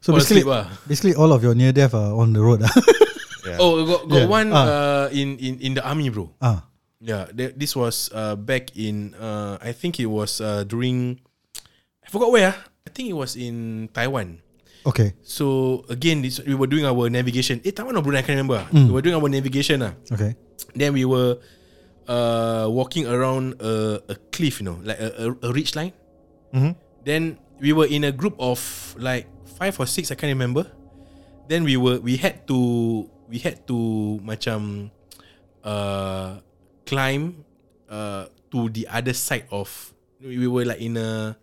[SPEAKER 1] So
[SPEAKER 2] Fall
[SPEAKER 1] basically,
[SPEAKER 2] asleep ah. lah.
[SPEAKER 1] basically all of your near death are on the road. ah. [LAUGHS]
[SPEAKER 2] Oh, got, got
[SPEAKER 1] Yeah,
[SPEAKER 2] one
[SPEAKER 1] ah.
[SPEAKER 2] uh, in in in the army, bro.
[SPEAKER 1] ah,
[SPEAKER 2] Yeah, th- this was uh, back in uh, I think it was uh, during I forgot where. ah. I think it was in Taiwan.
[SPEAKER 1] okay,
[SPEAKER 2] So again, this, we were doing our navigation. Eh, Taiwan or Brunei? I can't remember. ah.
[SPEAKER 1] Hmm.
[SPEAKER 2] We were doing our navigation. Ah,
[SPEAKER 1] okay.
[SPEAKER 2] then we were uh, walking around a, a cliff, you know, like a, a, a ridge line. Then we were in a group of like five or six. I can't remember. Then we were we had to we had to macam uh, climb uh, to the other side of. We were like in a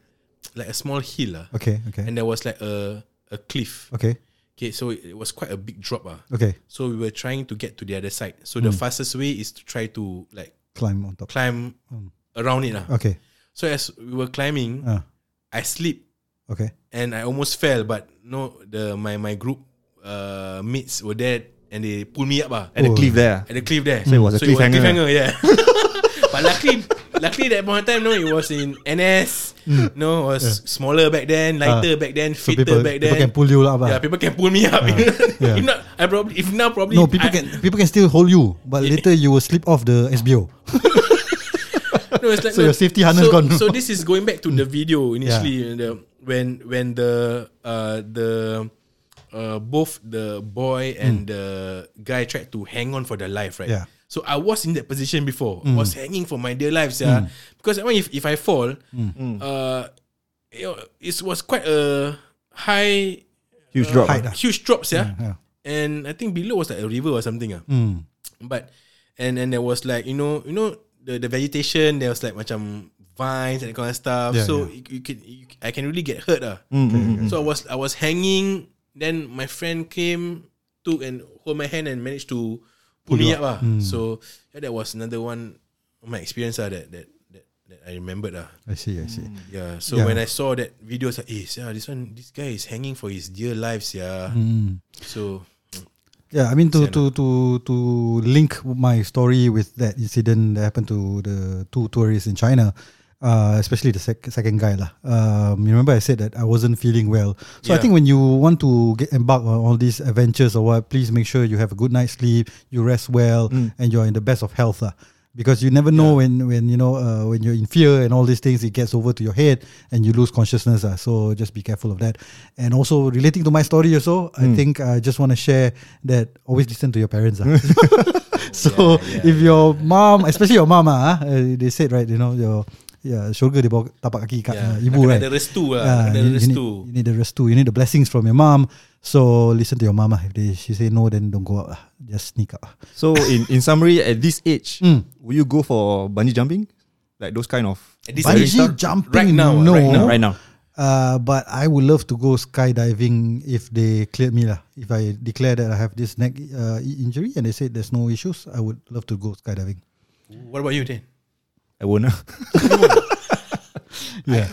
[SPEAKER 2] like a small hill, ah.
[SPEAKER 1] Okay, okay.
[SPEAKER 2] and there was like a a cliff.
[SPEAKER 1] okay,
[SPEAKER 2] Okay, so it, it was quite a big drop, ah.
[SPEAKER 1] okay.
[SPEAKER 2] So we were trying to get to the other side. So the
[SPEAKER 1] Hmm.
[SPEAKER 2] fastest way is to try to like
[SPEAKER 1] Climb on top.
[SPEAKER 2] climb
[SPEAKER 1] Hmm.
[SPEAKER 2] around it. lah.
[SPEAKER 1] Okay,
[SPEAKER 2] So as we were climbing,
[SPEAKER 1] Ah.
[SPEAKER 2] I slipped
[SPEAKER 1] okay.
[SPEAKER 2] and I almost fell, but no the my my group uh mates were there and they pulled me up ah,
[SPEAKER 3] At the cliff there.
[SPEAKER 2] at the cliff there.
[SPEAKER 3] So it was a cliffhanger.
[SPEAKER 2] yeah. [LAUGHS] but luckily Luckily that point of time, no, it was in NS. No, it was smaller back then, lighter back then,
[SPEAKER 1] Hmm. Ah. So
[SPEAKER 2] fitter
[SPEAKER 1] people,
[SPEAKER 2] back
[SPEAKER 1] people
[SPEAKER 2] then.
[SPEAKER 1] can pull you up.
[SPEAKER 2] Yeah,
[SPEAKER 1] ah.
[SPEAKER 2] people can pull me up.
[SPEAKER 1] yeah.
[SPEAKER 2] [LAUGHS] if not, I probably if now probably
[SPEAKER 1] No, people
[SPEAKER 2] I-
[SPEAKER 1] can people can still hold you, but
[SPEAKER 2] Yeah.
[SPEAKER 1] later you will slip off the SBO.
[SPEAKER 2] No, it's like,
[SPEAKER 1] So your safety harness
[SPEAKER 2] so,
[SPEAKER 1] gone.
[SPEAKER 2] So this is going back to the
[SPEAKER 1] [LAUGHS]
[SPEAKER 2] video initially, the, when when the uh, the uh, both the boy and the guy tried to hang on for their life, right?
[SPEAKER 1] Hmm. Yeah. Hmm.
[SPEAKER 2] So I was in that position before. I was hanging for my dear lives, yeah. Because I mean, if if I fall,
[SPEAKER 1] Hmm.
[SPEAKER 2] uh, you know, it was quite a high
[SPEAKER 3] Huge drop.
[SPEAKER 1] Height ah.
[SPEAKER 3] ah.
[SPEAKER 2] huge drops,
[SPEAKER 1] [LAUGHS]
[SPEAKER 2] yeah.
[SPEAKER 1] yeah.
[SPEAKER 2] And I think below was like a river or something, ah.
[SPEAKER 1] Mm.
[SPEAKER 2] But and and there was like you know you know the the vegetation there was like macam vines and that kind of stuff.
[SPEAKER 1] Yeah, yeah.
[SPEAKER 2] so
[SPEAKER 1] Mm,
[SPEAKER 2] You, you can you, I can really get hurt ah. So I was I was hanging. Then my friend came, took and hold my hand and managed to pull me up, ah.
[SPEAKER 1] Mm.
[SPEAKER 2] So yeah, that was another one of my experience ah, that, that that that I remembered ah.
[SPEAKER 1] I see, I see.
[SPEAKER 2] Yeah. So
[SPEAKER 1] Yeah.
[SPEAKER 2] when I saw that video, I was like, eh, yeah, this one this guy is hanging for his dear lives, yeah.
[SPEAKER 1] Mm.
[SPEAKER 2] So
[SPEAKER 1] Yeah, I mean to
[SPEAKER 2] Sian
[SPEAKER 1] to to to link my story with that incident that happened to the two tourists in China, uh, especially the sec- second guy lah. Um, you remember I said that I wasn't feeling well, so I
[SPEAKER 2] Yeah.
[SPEAKER 1] think when you want to get embark on all these adventures or what, please make sure you have a good night's sleep, you rest well,
[SPEAKER 2] Mm.
[SPEAKER 1] and you're in the best of health lah. Because you never know when when you know uh, when you're in fear and all these things, it gets over to your head and you lose consciousness. ah. So just be careful of that. And also relating to my story, also,
[SPEAKER 2] Mm.
[SPEAKER 1] I think I just want to share that always listen to your
[SPEAKER 2] [LAUGHS]
[SPEAKER 1] parents. ah. [LAUGHS] so if your mom, especially your mama, ah, uh, they said right, you know your yeah, syurga dia bawa tapak kaki kat
[SPEAKER 2] Yeah.
[SPEAKER 1] uh, ibu
[SPEAKER 2] Nak
[SPEAKER 1] right.
[SPEAKER 2] kena ada restu lah,
[SPEAKER 1] Yeah,
[SPEAKER 2] kena ada
[SPEAKER 1] you, you need,
[SPEAKER 2] restu.
[SPEAKER 1] you need the restu. You need the blessings from your mom. So listen to your mama. If they, she say no, then don't go out lah. Just sneak out. lah.
[SPEAKER 3] So in, in summary, at this age,
[SPEAKER 2] Hmm.
[SPEAKER 3] will you go for bungee jumping? Like those kind of
[SPEAKER 2] at this
[SPEAKER 1] Bungee
[SPEAKER 2] early start-
[SPEAKER 1] jumping,
[SPEAKER 2] right now, ah,
[SPEAKER 1] no.
[SPEAKER 2] right now.
[SPEAKER 3] right now.
[SPEAKER 1] Uh, but I would love to go skydiving if they cleared me lah. If I declare that I have this neck uh, i- injury and they say there's no issues, I would love to go skydiving.
[SPEAKER 2] What about you then?
[SPEAKER 3] I won't. [LAUGHS] ah.
[SPEAKER 1] Yeah.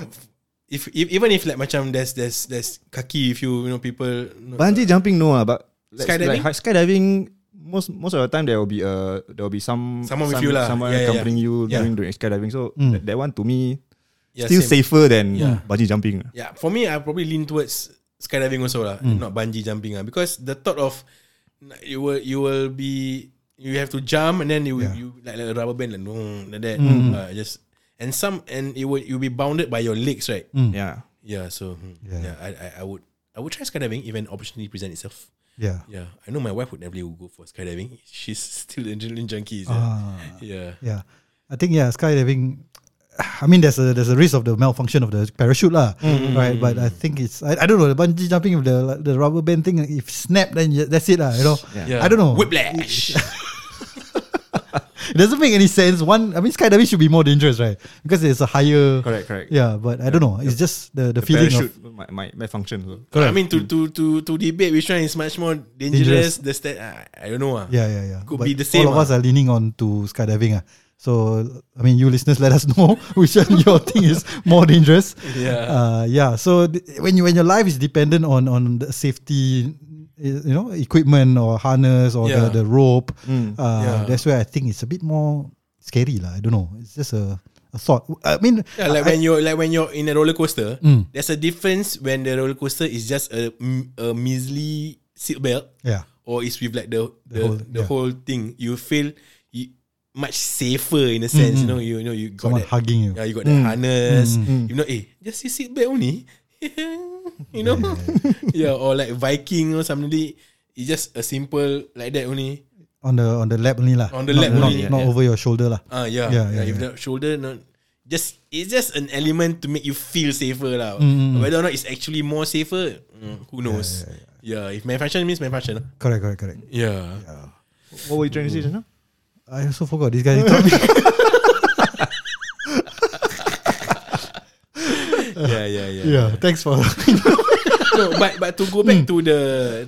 [SPEAKER 2] if, if even if like macam there's there's there's kaki if you you know people
[SPEAKER 3] Bungee jumping, no, ah, but like-
[SPEAKER 2] Skydiving?
[SPEAKER 3] Like, hi- skydiving, most most of the time there will be a there will be some
[SPEAKER 2] Someone with
[SPEAKER 3] some-
[SPEAKER 2] you lah.
[SPEAKER 3] someone
[SPEAKER 2] Yeah, yeah,
[SPEAKER 3] accompanying you
[SPEAKER 2] Yeah. Hmm.
[SPEAKER 3] during doing skydiving. So that, that one to me
[SPEAKER 2] yeah,
[SPEAKER 3] still
[SPEAKER 2] same.
[SPEAKER 3] safer than
[SPEAKER 2] Yeah. Hmm.
[SPEAKER 3] bungee jumping.
[SPEAKER 2] Yeah, for me I probably lean towards skydiving also lah, not bungee jumping ah, because the thought of you will you will be you have to jump and then you
[SPEAKER 1] Yeah.
[SPEAKER 2] you like, like a rubber band like, "Dong," like that uh, just and some and it will you'll be bounded by your legs right
[SPEAKER 3] Yeah.
[SPEAKER 2] yeah so hmm,
[SPEAKER 1] Yeah.
[SPEAKER 2] yeah, I, I I would I would try skydiving if an opportunity present itself
[SPEAKER 1] Yeah.
[SPEAKER 2] yeah I know my wife would never go for skydiving she's [LAUGHS] still an adrenaline junkie is that?
[SPEAKER 1] Ah.
[SPEAKER 2] yeah
[SPEAKER 1] Yeah, I think yeah, skydiving. I mean, there's a there's a risk of the malfunction of the parachute lah,
[SPEAKER 2] Mm,
[SPEAKER 1] right? But I think it's I, I don't know the bungee jumping with the the rubber band thing. If snap, then you- that's it lah. You know,
[SPEAKER 2] yeah
[SPEAKER 1] I don't know. [LAUGHS]
[SPEAKER 2] whiplash
[SPEAKER 1] It doesn't make any sense. One, I mean, skydiving should be more dangerous, right? Because it's a higher.
[SPEAKER 3] Correct, correct.
[SPEAKER 1] Yeah, but I don't know. It's just the the, feeling of
[SPEAKER 3] parachute might, might, might function. So.
[SPEAKER 2] I mean, to to to to debate which one is much more dangerous. The stat, I, I don't know. ah.
[SPEAKER 1] yeah, yeah, yeah.
[SPEAKER 2] Could
[SPEAKER 1] But
[SPEAKER 2] be the same,
[SPEAKER 1] All of us
[SPEAKER 2] ah.
[SPEAKER 1] are leaning on to skydiving. Ah. So I mean, you listeners, let us [LAUGHS] know which one your [LAUGHS] thing is more dangerous.
[SPEAKER 2] Yeah.
[SPEAKER 1] uh, yeah. So th- when you when your life is dependent on on the safety, eh, you know, equipment or harness or the,
[SPEAKER 2] Yeah. Mm,
[SPEAKER 1] the rope, uh,
[SPEAKER 2] Yeah.
[SPEAKER 1] that's where I think it's a bit more scary, lah. I don't know. It's just a, a thought. I mean,
[SPEAKER 2] Yeah, like
[SPEAKER 1] I- Mm.
[SPEAKER 2] when you're like when you're in a roller coaster, there's a difference when the roller coaster is just a, m- a measly seatbelt,
[SPEAKER 1] yeah,
[SPEAKER 2] or it's with like the the, the,
[SPEAKER 1] whole-
[SPEAKER 2] whole,
[SPEAKER 1] yeah.
[SPEAKER 2] thing. You feel you, much safer in a sense. You know, you, know you got
[SPEAKER 1] Mm-hmm. someone
[SPEAKER 2] that,
[SPEAKER 1] hugging you.
[SPEAKER 2] yeah, you got the harness. You know, eh, just a seatbelt only. [LAUGHS] you know, yeah, or like Viking or something. It's just a simple like that only.
[SPEAKER 1] on the on the lap only lah.
[SPEAKER 2] On the
[SPEAKER 1] Not- not,
[SPEAKER 2] lap only,
[SPEAKER 1] not over your shoulder lah.
[SPEAKER 2] Ah
[SPEAKER 1] Yeah,
[SPEAKER 2] yeah, yeah,
[SPEAKER 1] yeah,
[SPEAKER 2] If
[SPEAKER 1] yeah.
[SPEAKER 2] the shoulder not just it's just an element to make you feel safer lah. Whether or not it's actually more safer, mm, who knows? Yeah, if malfunction means malfunction. lah.
[SPEAKER 1] Correct, correct, correct.
[SPEAKER 2] Yeah.
[SPEAKER 3] What were you trying to say just now?
[SPEAKER 1] I also forgot this guy.
[SPEAKER 2] [LAUGHS]
[SPEAKER 1] taught me.
[SPEAKER 2] yeah, yeah, yeah,
[SPEAKER 1] yeah, thanks for. [LAUGHS]
[SPEAKER 2] No, but but to go back to the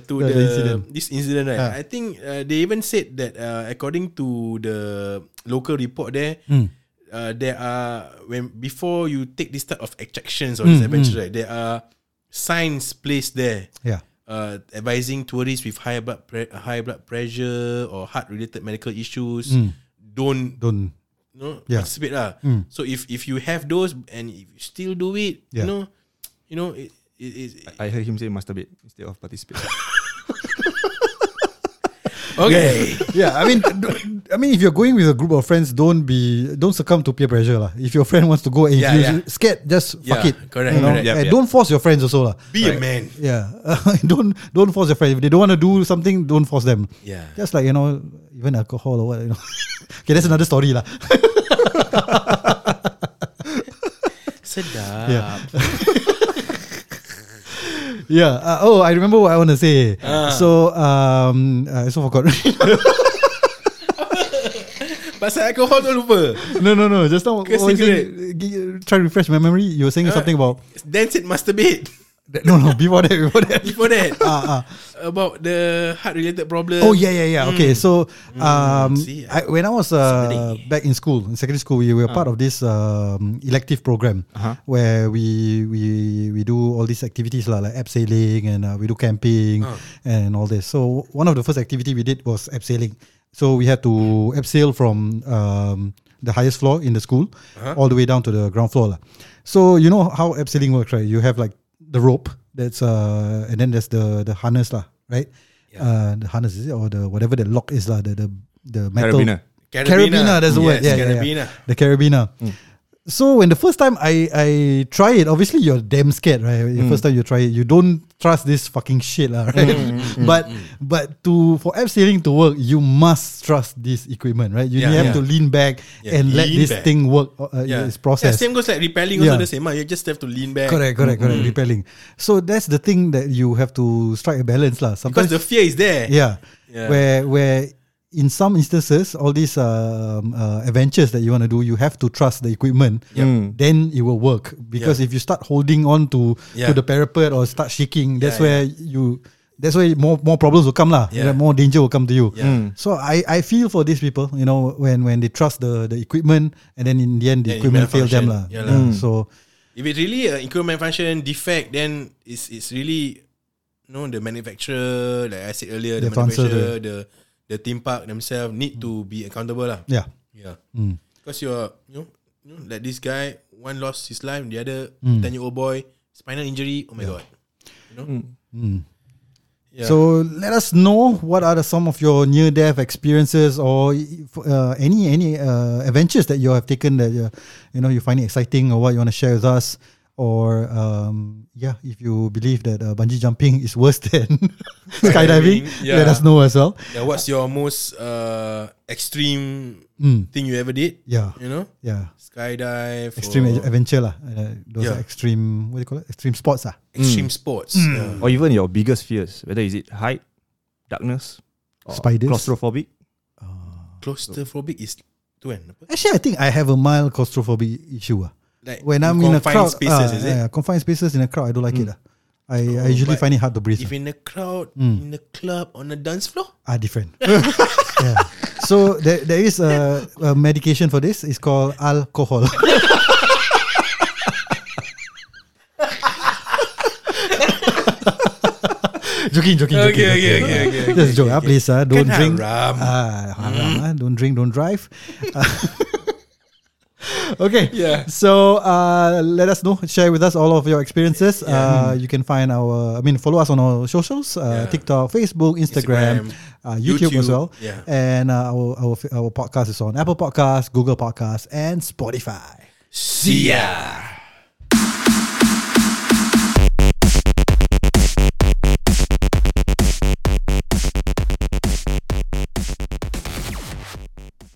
[SPEAKER 2] to
[SPEAKER 1] Hmm. The
[SPEAKER 2] the,
[SPEAKER 1] incident.
[SPEAKER 2] this incident, right?
[SPEAKER 1] Ah.
[SPEAKER 2] I think uh, they even said that uh, according to the local report there, uh, there are when before you take this type of
[SPEAKER 1] Hmm,
[SPEAKER 2] attractions or this adventure, right? There are signs placed there.
[SPEAKER 1] yeah.
[SPEAKER 2] uh, advising tourists with high blood pre- high blood pressure or heart related medical issues don't
[SPEAKER 1] Don't
[SPEAKER 2] you
[SPEAKER 1] Hmm.
[SPEAKER 2] know,
[SPEAKER 1] Yeah. Hmm.
[SPEAKER 2] participate lah. So if if you have those and if you still do it,
[SPEAKER 1] Yeah.
[SPEAKER 2] you know, you know it. it, it,
[SPEAKER 3] I heard him say masturbate instead of participate.
[SPEAKER 2] okay.
[SPEAKER 1] yeah, I mean, d- I mean, if you're going with a group of friends, don't be, don't succumb to peer pressure, lah. If your friend wants to go and
[SPEAKER 2] Yeah,
[SPEAKER 1] you're
[SPEAKER 2] yeah.
[SPEAKER 1] scared, just fuck
[SPEAKER 2] Yeah,
[SPEAKER 1] it.
[SPEAKER 2] correct,
[SPEAKER 1] you know?
[SPEAKER 2] correct.
[SPEAKER 3] Yep,
[SPEAKER 1] And
[SPEAKER 3] yep.
[SPEAKER 1] Don't force your friends also, lah.
[SPEAKER 2] Be a man.
[SPEAKER 1] Yeah, [LAUGHS] don't don't force your friends. If they don't want to do something, don't force them.
[SPEAKER 2] Yeah.
[SPEAKER 1] just like you know, even alcohol or what. You know, [LAUGHS] okay, that's another story, lah. [LAUGHS]
[SPEAKER 2] Sedap.
[SPEAKER 1] Yeah. Yeah. Uh, oh, I remember what I want to say.
[SPEAKER 2] Ah.
[SPEAKER 1] So, um, I also forgot. [LAUGHS]
[SPEAKER 2] Pasal alkohol tu lupa.
[SPEAKER 1] no, no, no. Just now,
[SPEAKER 2] Okay,
[SPEAKER 1] what was it? G- try to refresh my memory. You were saying
[SPEAKER 2] Ah.
[SPEAKER 1] something about
[SPEAKER 2] Dance it masturbate.
[SPEAKER 1] no, no. Before that, before that.
[SPEAKER 2] Before that,
[SPEAKER 1] [LAUGHS] Ah, ah.
[SPEAKER 2] about the heart related problem.
[SPEAKER 1] Oh yeah, yeah, yeah. Okay, so um,
[SPEAKER 2] see,
[SPEAKER 1] I, when I was uh,
[SPEAKER 2] Somebody.
[SPEAKER 1] back in school, in secondary school, we were part of this um, elective program where we we we do all these activities lah, like abseiling and uh, we do camping and all this. So one of the first activity we did was abseiling. So we had to abseil from um, the highest floor in the school all the way down to the ground floor lah. So you know how abseiling works, right? You have like the rope that's uh, and then there's the the harness lah, right? uh, the harness is it or the whatever the lock is lah the the the metal
[SPEAKER 3] Carabiner.
[SPEAKER 2] Carabiner.
[SPEAKER 1] Carabiner, that's the word. Yeah, yeah,
[SPEAKER 2] Yes, Mm.
[SPEAKER 1] yeah.
[SPEAKER 2] carabiner.
[SPEAKER 1] The carabiner. So when the first time I I try it, obviously you're damn scared, right? The
[SPEAKER 2] Mm.
[SPEAKER 1] first time you try it, you don't trust this fucking shit, lah, right?
[SPEAKER 2] Mm,
[SPEAKER 1] but but to for abseiling to work, you must trust this equipment, right? You
[SPEAKER 2] Yeah.
[SPEAKER 1] have
[SPEAKER 2] Yeah.
[SPEAKER 1] to lean back
[SPEAKER 2] Yeah,
[SPEAKER 1] and let
[SPEAKER 2] lean
[SPEAKER 1] this
[SPEAKER 2] back.
[SPEAKER 1] thing work. Uh, Its process.
[SPEAKER 2] Yeah, same goes like repelling
[SPEAKER 1] Yeah.
[SPEAKER 2] also the same. ah. You just have to lean back.
[SPEAKER 1] Correct, correct,
[SPEAKER 2] Mm,
[SPEAKER 1] correct. Repelling. So that's the thing that you have to strike a balance, lah.
[SPEAKER 2] Because
[SPEAKER 1] Sometimes
[SPEAKER 2] the fear is there.
[SPEAKER 1] yeah.
[SPEAKER 2] Yeah.
[SPEAKER 1] Where where in some instances, all these um, uh, adventures that you want to do, you have to trust the equipment.
[SPEAKER 3] Mm.
[SPEAKER 1] Then it will work because
[SPEAKER 2] Yeah.
[SPEAKER 1] if you start holding on to
[SPEAKER 2] Yeah.
[SPEAKER 1] to the parapet or start shaking, that's where
[SPEAKER 2] Yeah,
[SPEAKER 1] you. That's where more more problems will come lah.
[SPEAKER 2] Yeah.
[SPEAKER 1] More danger will come to you.
[SPEAKER 2] Yeah. Mm.
[SPEAKER 1] So I, I feel for these people, you know, when when they trust the the equipment and then in the end the
[SPEAKER 2] Then it
[SPEAKER 1] equipment failed them lah.
[SPEAKER 2] malfunction. Yeah lah.
[SPEAKER 1] So
[SPEAKER 2] If it's really an equipment function defect, then it's it's really you know the manufacturer, like I said earlier,
[SPEAKER 1] They
[SPEAKER 2] the
[SPEAKER 1] have to answer
[SPEAKER 2] manufacturer, the the theme park themselves need to be accountable lah.
[SPEAKER 1] yeah, Hmm.
[SPEAKER 2] Yeah. Because you're you know, you know like this guy, one lost his life, the other
[SPEAKER 1] Hmm.
[SPEAKER 2] ten year old boy, spinal injury. Oh my god. You know?
[SPEAKER 1] Hmm.
[SPEAKER 2] Yeah.
[SPEAKER 1] So let us know what are the, some of your near death experiences or uh, any any uh, adventures that you have taken that you, you know you find it exciting or what you want to share with us or um, yeah if you believe that uh, bungee jumping is worse [LAUGHS]
[SPEAKER 2] [LAUGHS]
[SPEAKER 1] than skydiving
[SPEAKER 2] yeah.
[SPEAKER 1] let us know as well
[SPEAKER 2] yeah, what's your most uh extreme thing you ever did?
[SPEAKER 1] Hmm. yeah
[SPEAKER 2] You know?
[SPEAKER 1] yeah
[SPEAKER 2] Skydive
[SPEAKER 1] extreme
[SPEAKER 2] or
[SPEAKER 1] adventure lah uh, those
[SPEAKER 2] Yeah.
[SPEAKER 1] are extreme what do you call it extreme sports ah
[SPEAKER 2] extreme sports. Yeah.
[SPEAKER 3] or even your biggest fears, whether is it height, darkness, or
[SPEAKER 1] Spiders.
[SPEAKER 3] claustrophobic.
[SPEAKER 2] Claustrophobic is tu kan apa?
[SPEAKER 1] actually I think I have a mild claustrophobic issue ah.
[SPEAKER 2] Like
[SPEAKER 1] when I'm in a
[SPEAKER 2] confined
[SPEAKER 1] crowd
[SPEAKER 2] spaces,
[SPEAKER 1] ah,
[SPEAKER 2] is it? Hmm. Oh,
[SPEAKER 1] yeah, confined spaces in a crowd I don't like it ah. I, I usually
[SPEAKER 2] but
[SPEAKER 1] find it hard to breathe ah.
[SPEAKER 2] If in a crowd,
[SPEAKER 1] Hmm.
[SPEAKER 2] in a club, on a dance floor,
[SPEAKER 1] are
[SPEAKER 2] [LAUGHS]
[SPEAKER 1] different. yeah. So there, there is a, a medication for this. It's called alcohol. [LAUGHS] joking, joking, joking.
[SPEAKER 2] Okay, okay,
[SPEAKER 1] joking.
[SPEAKER 2] okay,
[SPEAKER 1] Ah,
[SPEAKER 2] okay, okay,
[SPEAKER 1] Just joke. ah, please, ah, don't
[SPEAKER 2] Kan
[SPEAKER 1] drink.
[SPEAKER 2] haram. Hmm?
[SPEAKER 1] Ah, haram, ah. Don't drink, don't drive. [LAUGHS] Ah. okay.
[SPEAKER 2] Yeah.
[SPEAKER 1] So uh, let us know. Share with us all of your experiences. Uh, you can find our, I mean, follow us on our socials: uh,
[SPEAKER 2] Hmm. Yeah.
[SPEAKER 1] TikTok, Facebook, Instagram,
[SPEAKER 2] Instagram,
[SPEAKER 1] uh, YouTube, as
[SPEAKER 2] YouTube,
[SPEAKER 1] well.
[SPEAKER 2] yeah.
[SPEAKER 1] And uh, our, our our podcast is on Apple Podcasts, Google Podcasts, and Spotify.
[SPEAKER 2] see ya.